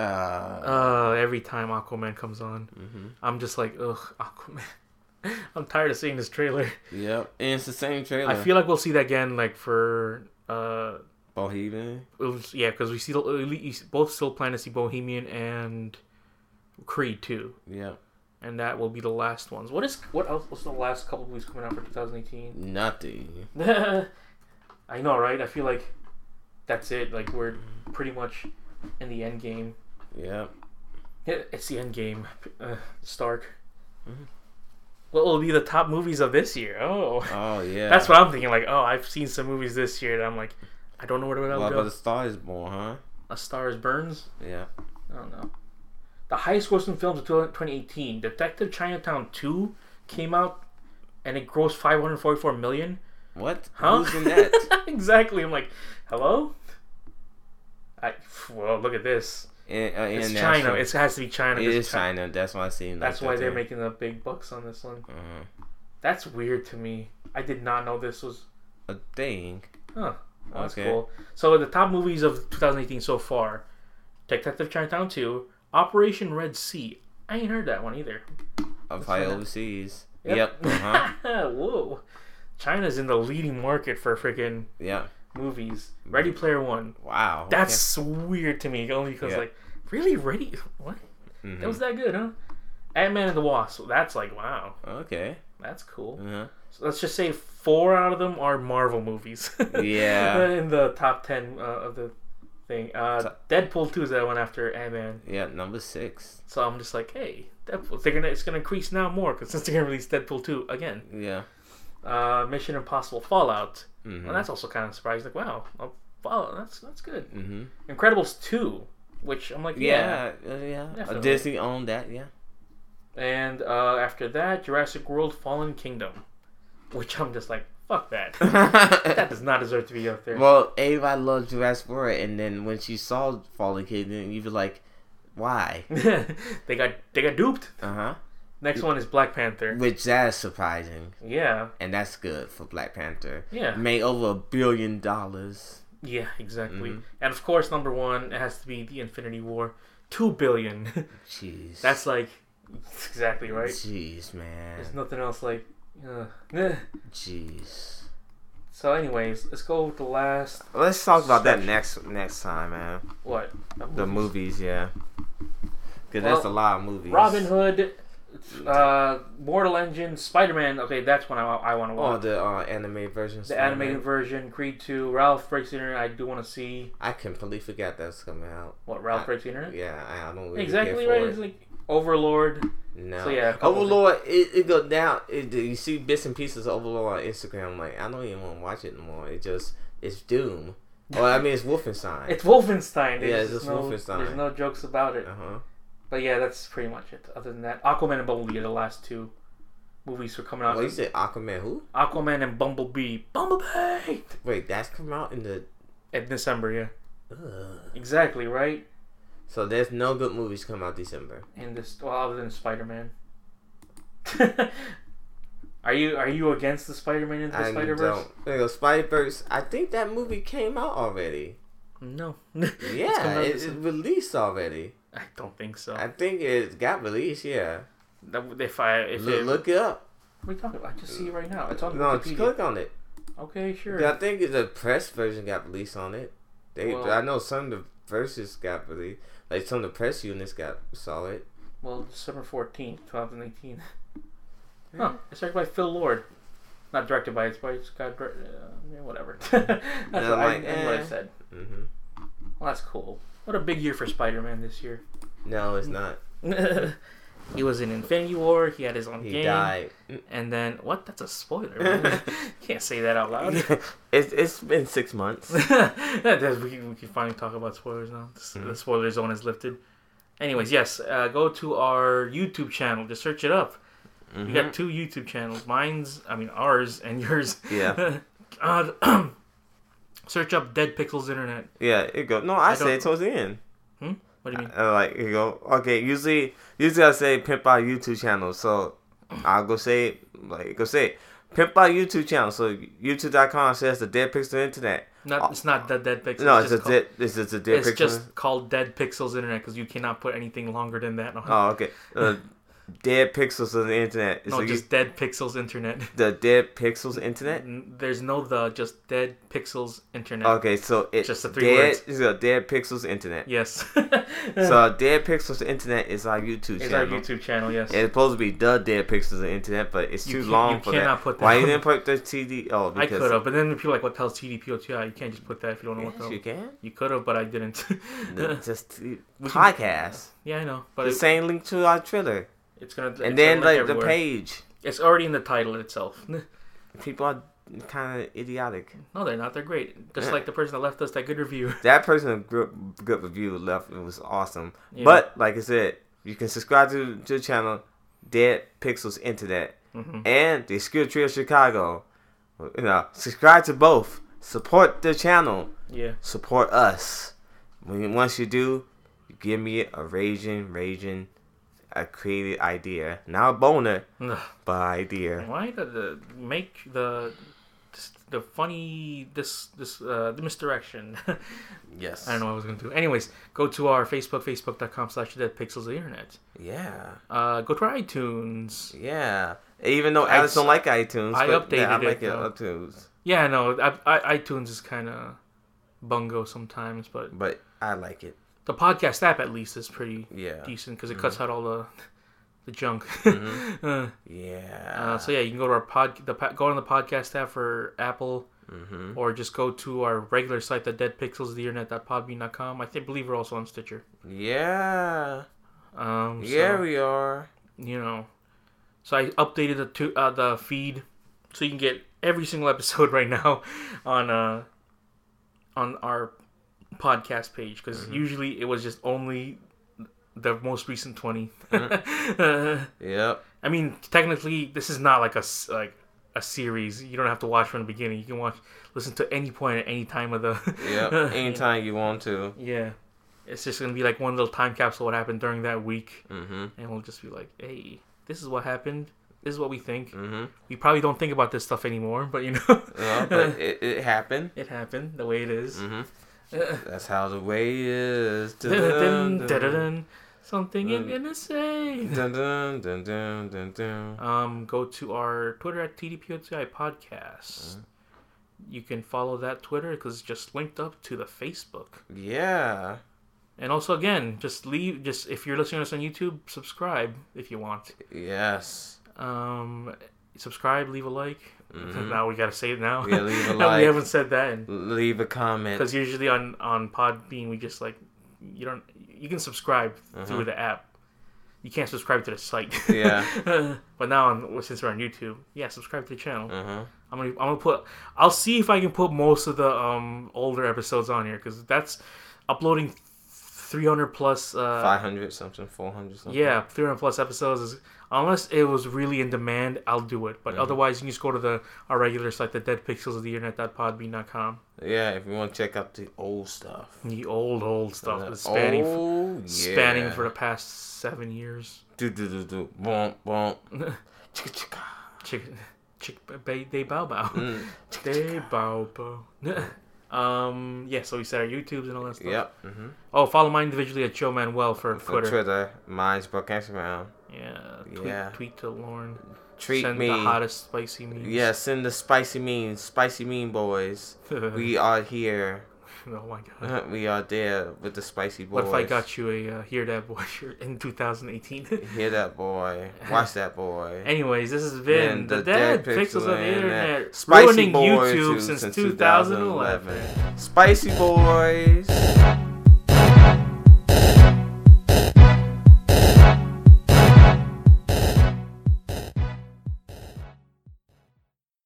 Speaker 1: Uh, every time Aquaman comes on,
Speaker 2: mhm.
Speaker 1: I'm just like, ugh, Aquaman. I'm tired of seeing this trailer.
Speaker 2: Yep. And it's the same trailer.
Speaker 1: I feel like we'll see that again, like for uh,
Speaker 2: Bohemian.
Speaker 1: it was, yeah, because we see we both still plan to see Bohemian and Creed too,
Speaker 2: Yep.
Speaker 1: and that will be the last ones. What is what else? What's the last couple movies coming out for 2018?
Speaker 2: Nothing.
Speaker 1: I know, right? I feel like that's it. Like we're pretty much in the end game.
Speaker 2: Yep.
Speaker 1: Yeah, it's the end game, uh, Stark. Mm-hmm. What will be the top movies of this year? Oh,
Speaker 2: Oh, yeah.
Speaker 1: that's what I'm thinking. Like, oh, I've seen some movies this year, and I'm like, I don't know where to
Speaker 2: Love
Speaker 1: go.
Speaker 2: of the Star is Born, huh?
Speaker 1: A Star Is Burns.
Speaker 2: Yeah.
Speaker 1: I don't know. The highest grossing films of 2018: Detective Chinatown 2 came out, and it grossed 544 million.
Speaker 2: What?
Speaker 1: Huh?
Speaker 2: Who's in that?
Speaker 1: exactly. I'm like, hello. I well, look at this.
Speaker 3: In, uh,
Speaker 1: It's
Speaker 3: international-
Speaker 1: China. It's, it has to be China. 'cause
Speaker 3: It is
Speaker 1: Chi-
Speaker 3: China. That's why I seen.
Speaker 1: That's
Speaker 3: like,
Speaker 1: why
Speaker 3: that
Speaker 1: they're
Speaker 3: thing.
Speaker 1: making the big bucks on this one.
Speaker 3: Mhm.
Speaker 1: That's weird to me. I did not know this was.
Speaker 3: a thing.
Speaker 1: Huh. Oh, that's
Speaker 3: Okay.
Speaker 1: cool. So the top movies of 2018 so far: Detective Chinatown 2, Operation Red Sea. I ain't heard that one either.
Speaker 3: Of
Speaker 1: China.
Speaker 3: high overseas. Yep. uh-huh.
Speaker 1: Whoa. China's in the leading market for freaking
Speaker 3: Yep.
Speaker 1: movies. Ready Player One.
Speaker 3: Wow.
Speaker 1: That's weird to me, only because
Speaker 3: Yeah.
Speaker 1: like, really, Ready? What?
Speaker 3: okay. Mhm.
Speaker 1: That was that good, huh? Ant Man and the Wasp. That's like, wow,
Speaker 3: okay.
Speaker 1: that's cool.
Speaker 3: Uh-huh.
Speaker 1: So let's just say four out of them are Marvel movies.
Speaker 3: Yeah.
Speaker 1: in the top ten uh, of the thing. Uh, Deadpool two is that one after Ant Man.
Speaker 3: Yeah. Number six.
Speaker 1: So I'm just like, hey, Deadpool. They're gonna it's gonna increase now more because since they're gonna release Deadpool two again.
Speaker 3: Yeah.
Speaker 1: Uh, Mission Impossible Fallout.
Speaker 3: Mhm.
Speaker 1: Well, that's also kind of surprising. Like, wow, uh, Fallout. That's that's good.
Speaker 3: Mm-hmm.
Speaker 1: Incredibles two, which I'm like, yeah.
Speaker 3: Yeah. Yeah. Uh, yeah.
Speaker 1: Definitely.
Speaker 3: Uh, Disney owned that. Yeah.
Speaker 1: And uh, after that, Jurassic World Fallen Kingdom, which I'm just like, fuck that. that does not deserve to be up there.
Speaker 3: well, everybody loved Jurassic World, and then when she saw Fallen Kingdom, you were like, why?
Speaker 1: they got they got duped.
Speaker 3: Uh huh.
Speaker 1: Next one is Black Panther.
Speaker 3: Which that's surprising,
Speaker 1: Yeah,
Speaker 3: and that's good for Black Panther.
Speaker 1: Yeah.
Speaker 3: Made over a billion dollars.
Speaker 1: yeah, exactly.
Speaker 3: Mm-hmm.
Speaker 1: And of course, number one it has to be the Infinity War, two billion.
Speaker 3: Jeez.
Speaker 1: That's like exactly right.
Speaker 3: Jeez, man.
Speaker 1: There's nothing else like. Uh,
Speaker 3: Jeez.
Speaker 1: so, anyways, let's go with the last
Speaker 2: Let's talk about that next next time, man.
Speaker 1: what
Speaker 2: The movies, yeah.
Speaker 3: Because
Speaker 1: Well,
Speaker 3: that's a lot of movies.
Speaker 1: Robin Hood, uh, Mortal Engine, Spider Man. Okay, that's one I, I want to
Speaker 3: Oh,
Speaker 1: watch.
Speaker 3: the uh, anime version.
Speaker 1: the animated version, Creed 2, Ralph Breaks the Internet. I do want to see
Speaker 3: I completely forgot that's coming out.
Speaker 1: what Ralph
Speaker 3: I-
Speaker 1: Breaks the Internet.
Speaker 3: Yeah, I, I don't really
Speaker 1: exactly
Speaker 3: care
Speaker 1: right.
Speaker 3: for
Speaker 1: It's
Speaker 3: it.
Speaker 1: like Overlord.
Speaker 3: No.
Speaker 1: So, yeah, a couple
Speaker 3: Overlord, it, it go down. It, you see bits and pieces of Overlord on Instagram. I'm like, I don't even want to watch it anymore. It just, it's Doom. Or I mean, it's Wolfenstein.
Speaker 1: It's Wolfenstein. There's
Speaker 3: Yeah, it's just
Speaker 1: no,
Speaker 3: Wolfenstein.
Speaker 1: There's no jokes about it.
Speaker 3: uh huh.
Speaker 1: But yeah, that's pretty much it. Other than that, Aquaman and Bumblebee are the last two movies for coming out.
Speaker 3: Well, you said Aquaman. Who?
Speaker 1: Aquaman and Bumblebee. Bumblebee!
Speaker 3: Wait, that's come out in the.
Speaker 1: In December, yeah.
Speaker 3: Ugh.
Speaker 1: Exactly, right?
Speaker 3: So there's no good movies come out December.
Speaker 1: In this, well, other than Spider Man. are you are you against the Spider Man into the
Speaker 3: I
Speaker 1: Spider Verse?
Speaker 3: don't. Spider Verse. I think that movie came out already.
Speaker 1: No. It's coming
Speaker 3: Yeah,
Speaker 1: out
Speaker 3: it,
Speaker 1: this-
Speaker 3: it released already.
Speaker 1: I don't think so.
Speaker 3: I think it got released. Yeah,
Speaker 1: That- if I if
Speaker 3: look,
Speaker 1: it,
Speaker 3: look it up.
Speaker 1: what are you talking about? I just see it right now. It's on
Speaker 3: No, just
Speaker 1: Wikipedia.
Speaker 3: click on it.
Speaker 1: Okay, sure.
Speaker 3: I think the press version got released on it. They,
Speaker 1: Well-
Speaker 3: I know some of the verses got released. Like some of the press units got saw it.
Speaker 1: Well, December 14th, 2018. Huh. It's directed by Phil Lord. Not directed by, it's by Scott. Dir- uh, yeah, whatever. that's what,
Speaker 3: I'm
Speaker 1: I,
Speaker 3: like,
Speaker 1: that's what I
Speaker 3: eh.
Speaker 1: said.
Speaker 3: hmm
Speaker 1: Well, that's cool. What a big year for Spider Man this year.
Speaker 3: No,
Speaker 1: Mm,
Speaker 3: it's not.
Speaker 1: he was in Infinity War, he had his own
Speaker 3: He
Speaker 1: game.
Speaker 3: died.
Speaker 1: And then, what? That's a spoiler. man. You Can't say that out loud.
Speaker 2: it's it's been six months.
Speaker 1: That does- we, can- we can finally talk about spoilers now. The s-
Speaker 2: Mm-hmm.
Speaker 1: The spoiler zone is lifted. Anyways, yes, uh, go to our YouTube channel. Just search it up. We
Speaker 2: Mm-hmm.
Speaker 1: got two YouTube channels. Mine's, I mean, ours and yours.
Speaker 2: Yeah.
Speaker 1: uh, search up Dead Pixels Internet.
Speaker 2: Yeah, it go. No, I, say
Speaker 1: don't-
Speaker 2: it towards the end.
Speaker 1: Hmm? What do you mean?
Speaker 2: Uh, like you go. Okay, usually usually I say pimp out YouTube channel. So I'll go say it. Like go say it. Pimp out YouTube channel. So YouTube.com says the Dead Pixel Internet.
Speaker 1: Not, it's not the Dead Pixels.
Speaker 2: Uh, No, it's
Speaker 1: just
Speaker 2: a
Speaker 1: called,
Speaker 2: dead. It's just a Dead
Speaker 1: It's
Speaker 2: Pixel.
Speaker 1: just called Dead Pixels Internet because you cannot put anything longer than that on.
Speaker 2: Oh, okay. Uh, dead Pixels of the Internet. It's
Speaker 1: no,
Speaker 2: like
Speaker 1: Oh, just Dead Pixels Internet.
Speaker 2: the Dead Pixels Internet.
Speaker 1: N- There's no the, just Dead Pixels Internet.
Speaker 2: Okay, so it's
Speaker 1: Just the three
Speaker 2: dead,
Speaker 1: words.
Speaker 2: It's a Dead Pixels Internet.
Speaker 1: Yes.
Speaker 2: So Dead Pixels Internet is our YouTube
Speaker 1: It's
Speaker 2: channel.
Speaker 1: our YouTube channel, yes.
Speaker 2: It's supposed to be the Dead Pixels of Internet, but it's
Speaker 1: You
Speaker 2: too
Speaker 1: can't-
Speaker 2: long
Speaker 1: you
Speaker 2: for
Speaker 1: cannot
Speaker 2: that.
Speaker 1: put that
Speaker 2: Why
Speaker 1: on
Speaker 2: you didn't put the TD? Oh,
Speaker 1: I
Speaker 2: because
Speaker 1: could have, but then people are like, what the hell's TDPOTI? You can't just put that if you don't know
Speaker 2: Yes,
Speaker 1: what
Speaker 2: you
Speaker 1: the
Speaker 2: can.
Speaker 1: You could have, but I didn't.
Speaker 2: The- just the
Speaker 1: We can-
Speaker 2: podcast.
Speaker 1: yeah, I know, but
Speaker 2: The
Speaker 1: it,
Speaker 2: same link to our Twitter,
Speaker 1: it's gonna. it's gonna
Speaker 2: and then
Speaker 1: link
Speaker 2: like the
Speaker 1: everywhere.
Speaker 2: page.
Speaker 1: It's already in the title itself.
Speaker 2: People are kind of idiotic.
Speaker 1: No, they're not. They're great. Just like the person that left us that good review.
Speaker 2: that person good, good review left it was awesome
Speaker 1: Yeah.
Speaker 2: but like i said you can subscribe to, to the channel dead pixels internet
Speaker 1: Mm-hmm.
Speaker 2: and the skill tree of chicago you know subscribe to both support the channel
Speaker 1: yeah.
Speaker 2: support us when once you do give me a raging, raging, a creative idea, not a boner,
Speaker 1: Ugh.
Speaker 2: but idea.
Speaker 1: Why the, the make the the funny this this uh, the misdirection?
Speaker 2: Yes.
Speaker 1: I don't know what I was gonna do. Anyways, go to our Facebook, facebook.com slash dead pixels of the internet.
Speaker 2: Yeah.
Speaker 1: Uh, go to our iTunes.
Speaker 2: Yeah. Even though
Speaker 1: I
Speaker 2: Alice
Speaker 1: s-
Speaker 2: don't like iTunes,
Speaker 1: I
Speaker 2: but yeah, I
Speaker 1: updated it,
Speaker 2: like
Speaker 1: though.
Speaker 2: iTunes,
Speaker 1: Yeah, no, I, I, iTunes is kind of bungo sometimes, but
Speaker 2: but I like it.
Speaker 1: the podcast app at least is pretty
Speaker 2: Yeah. Mm-hmm.
Speaker 1: decent because it cuts out all the the junk. Uh,
Speaker 2: Yeah.
Speaker 1: uh, so yeah, you can go to our pod the po- go on the podcast app for Apple,
Speaker 2: Mm-hmm.
Speaker 1: or just go to our regular site, the Dead Pixels the Internet.podbean.com. I think believe we're also on Stitcher.
Speaker 2: yeah.
Speaker 1: Um, so,
Speaker 2: Yeah, we are.
Speaker 1: you know, so I updated the two, uh, the feed so you can get every single episode right now on uh on our podcast page because
Speaker 2: Mm-hmm.
Speaker 1: usually it was just only the most recent 20
Speaker 2: Mm-hmm. Yep.
Speaker 1: I mean, technically, this is not like a s- like a series. You don't have to watch from the beginning. You can watch, listen to any point at any time of the.
Speaker 2: Yep. Anytime you want to.
Speaker 1: yeah, it's just gonna be like one little time capsule. What happened during that week,
Speaker 2: Mm-hmm.
Speaker 1: and we'll just be like, hey, this is what happened. This is what we think.
Speaker 2: Mm-hmm.
Speaker 1: We probably don't think about this stuff anymore, but you know,
Speaker 2: Yeah, but it, it happened.
Speaker 1: it happened the way it is.
Speaker 2: Mm-hmm. That's how the way is.
Speaker 1: Dun-dun,
Speaker 2: Dun, dun,
Speaker 1: dun-dun, Something in NSA.
Speaker 2: dun, dun, dun, dun, dun, dun.
Speaker 1: Um, go to our Twitter at TDPOTI
Speaker 2: Mm.
Speaker 1: podcast. You can follow that Twitter because it's just linked up to the Facebook.
Speaker 2: Yeah.
Speaker 1: And also, again, just leave. Just if you're listening to us on YouTube, subscribe if you want.
Speaker 2: Yes.
Speaker 1: Um, subscribe, leave a like. now we gotta say it now.
Speaker 2: Mm-hmm. Yeah, leave a
Speaker 1: we
Speaker 2: like.
Speaker 1: haven't said that
Speaker 2: Leave a comment.
Speaker 1: because usually on on Podbean we just like you don't. You can subscribe through the app. You can't subscribe to the site.
Speaker 2: Mm-hmm. Yeah.
Speaker 1: but now, on, since we're on YouTube, yeah, subscribe to the channel.
Speaker 2: Uh-huh.
Speaker 1: I'm gonna, I'm gonna put. I'll see if I can put most of the um older episodes on here because that's uploading 300 plus. Uh,
Speaker 2: 500 something, 400 something.
Speaker 1: yeah, 300 plus episodes is unless it was really in demand, I'll do it. But
Speaker 2: Mm-hmm.
Speaker 1: otherwise, you can just go to the our regular site, the Dead Pixels of the Internet.podbean.com.
Speaker 2: Yeah, if you want to check out the old stuff.
Speaker 1: The old old stuff
Speaker 2: Mm-hmm. Uh,
Speaker 1: that's spanning f-
Speaker 2: oh, yeah.
Speaker 1: spanning for the past seven years.
Speaker 2: Do, do, do, do. Bump, bump.
Speaker 1: Chick, chick, ba- they bow bow,
Speaker 2: Mm.
Speaker 1: they bow bow. um, yeah. So we set our YouTubes and all that stuff.
Speaker 2: Yep. Mm-hmm.
Speaker 1: Oh, follow mine individually at Joe Manuel for
Speaker 2: For
Speaker 1: Twitter.
Speaker 2: Twitter. mine's Brooke Instagram.
Speaker 1: yeah, tweet,
Speaker 2: Yeah.
Speaker 1: tweet to Lauren.
Speaker 2: Treat
Speaker 1: Send
Speaker 2: me.
Speaker 1: the hottest spicy memes.
Speaker 2: Yeah, send the spicy mean, spicy mean boys.
Speaker 1: Mm-hmm.
Speaker 2: we are here.
Speaker 1: oh my god.
Speaker 2: we are there with the spicy boys.
Speaker 1: What if I got you a uh, Hear That Boy shirt in 2018?
Speaker 2: Hear that boy. Watch that boy.
Speaker 1: Anyways, this has been
Speaker 2: And
Speaker 1: the, Dead Pixels of the
Speaker 2: and that
Speaker 1: Internet,
Speaker 2: Spicy
Speaker 1: ruining
Speaker 2: boy
Speaker 1: YouTube
Speaker 2: too,
Speaker 1: since 2011.
Speaker 2: 2011. Spicy boys.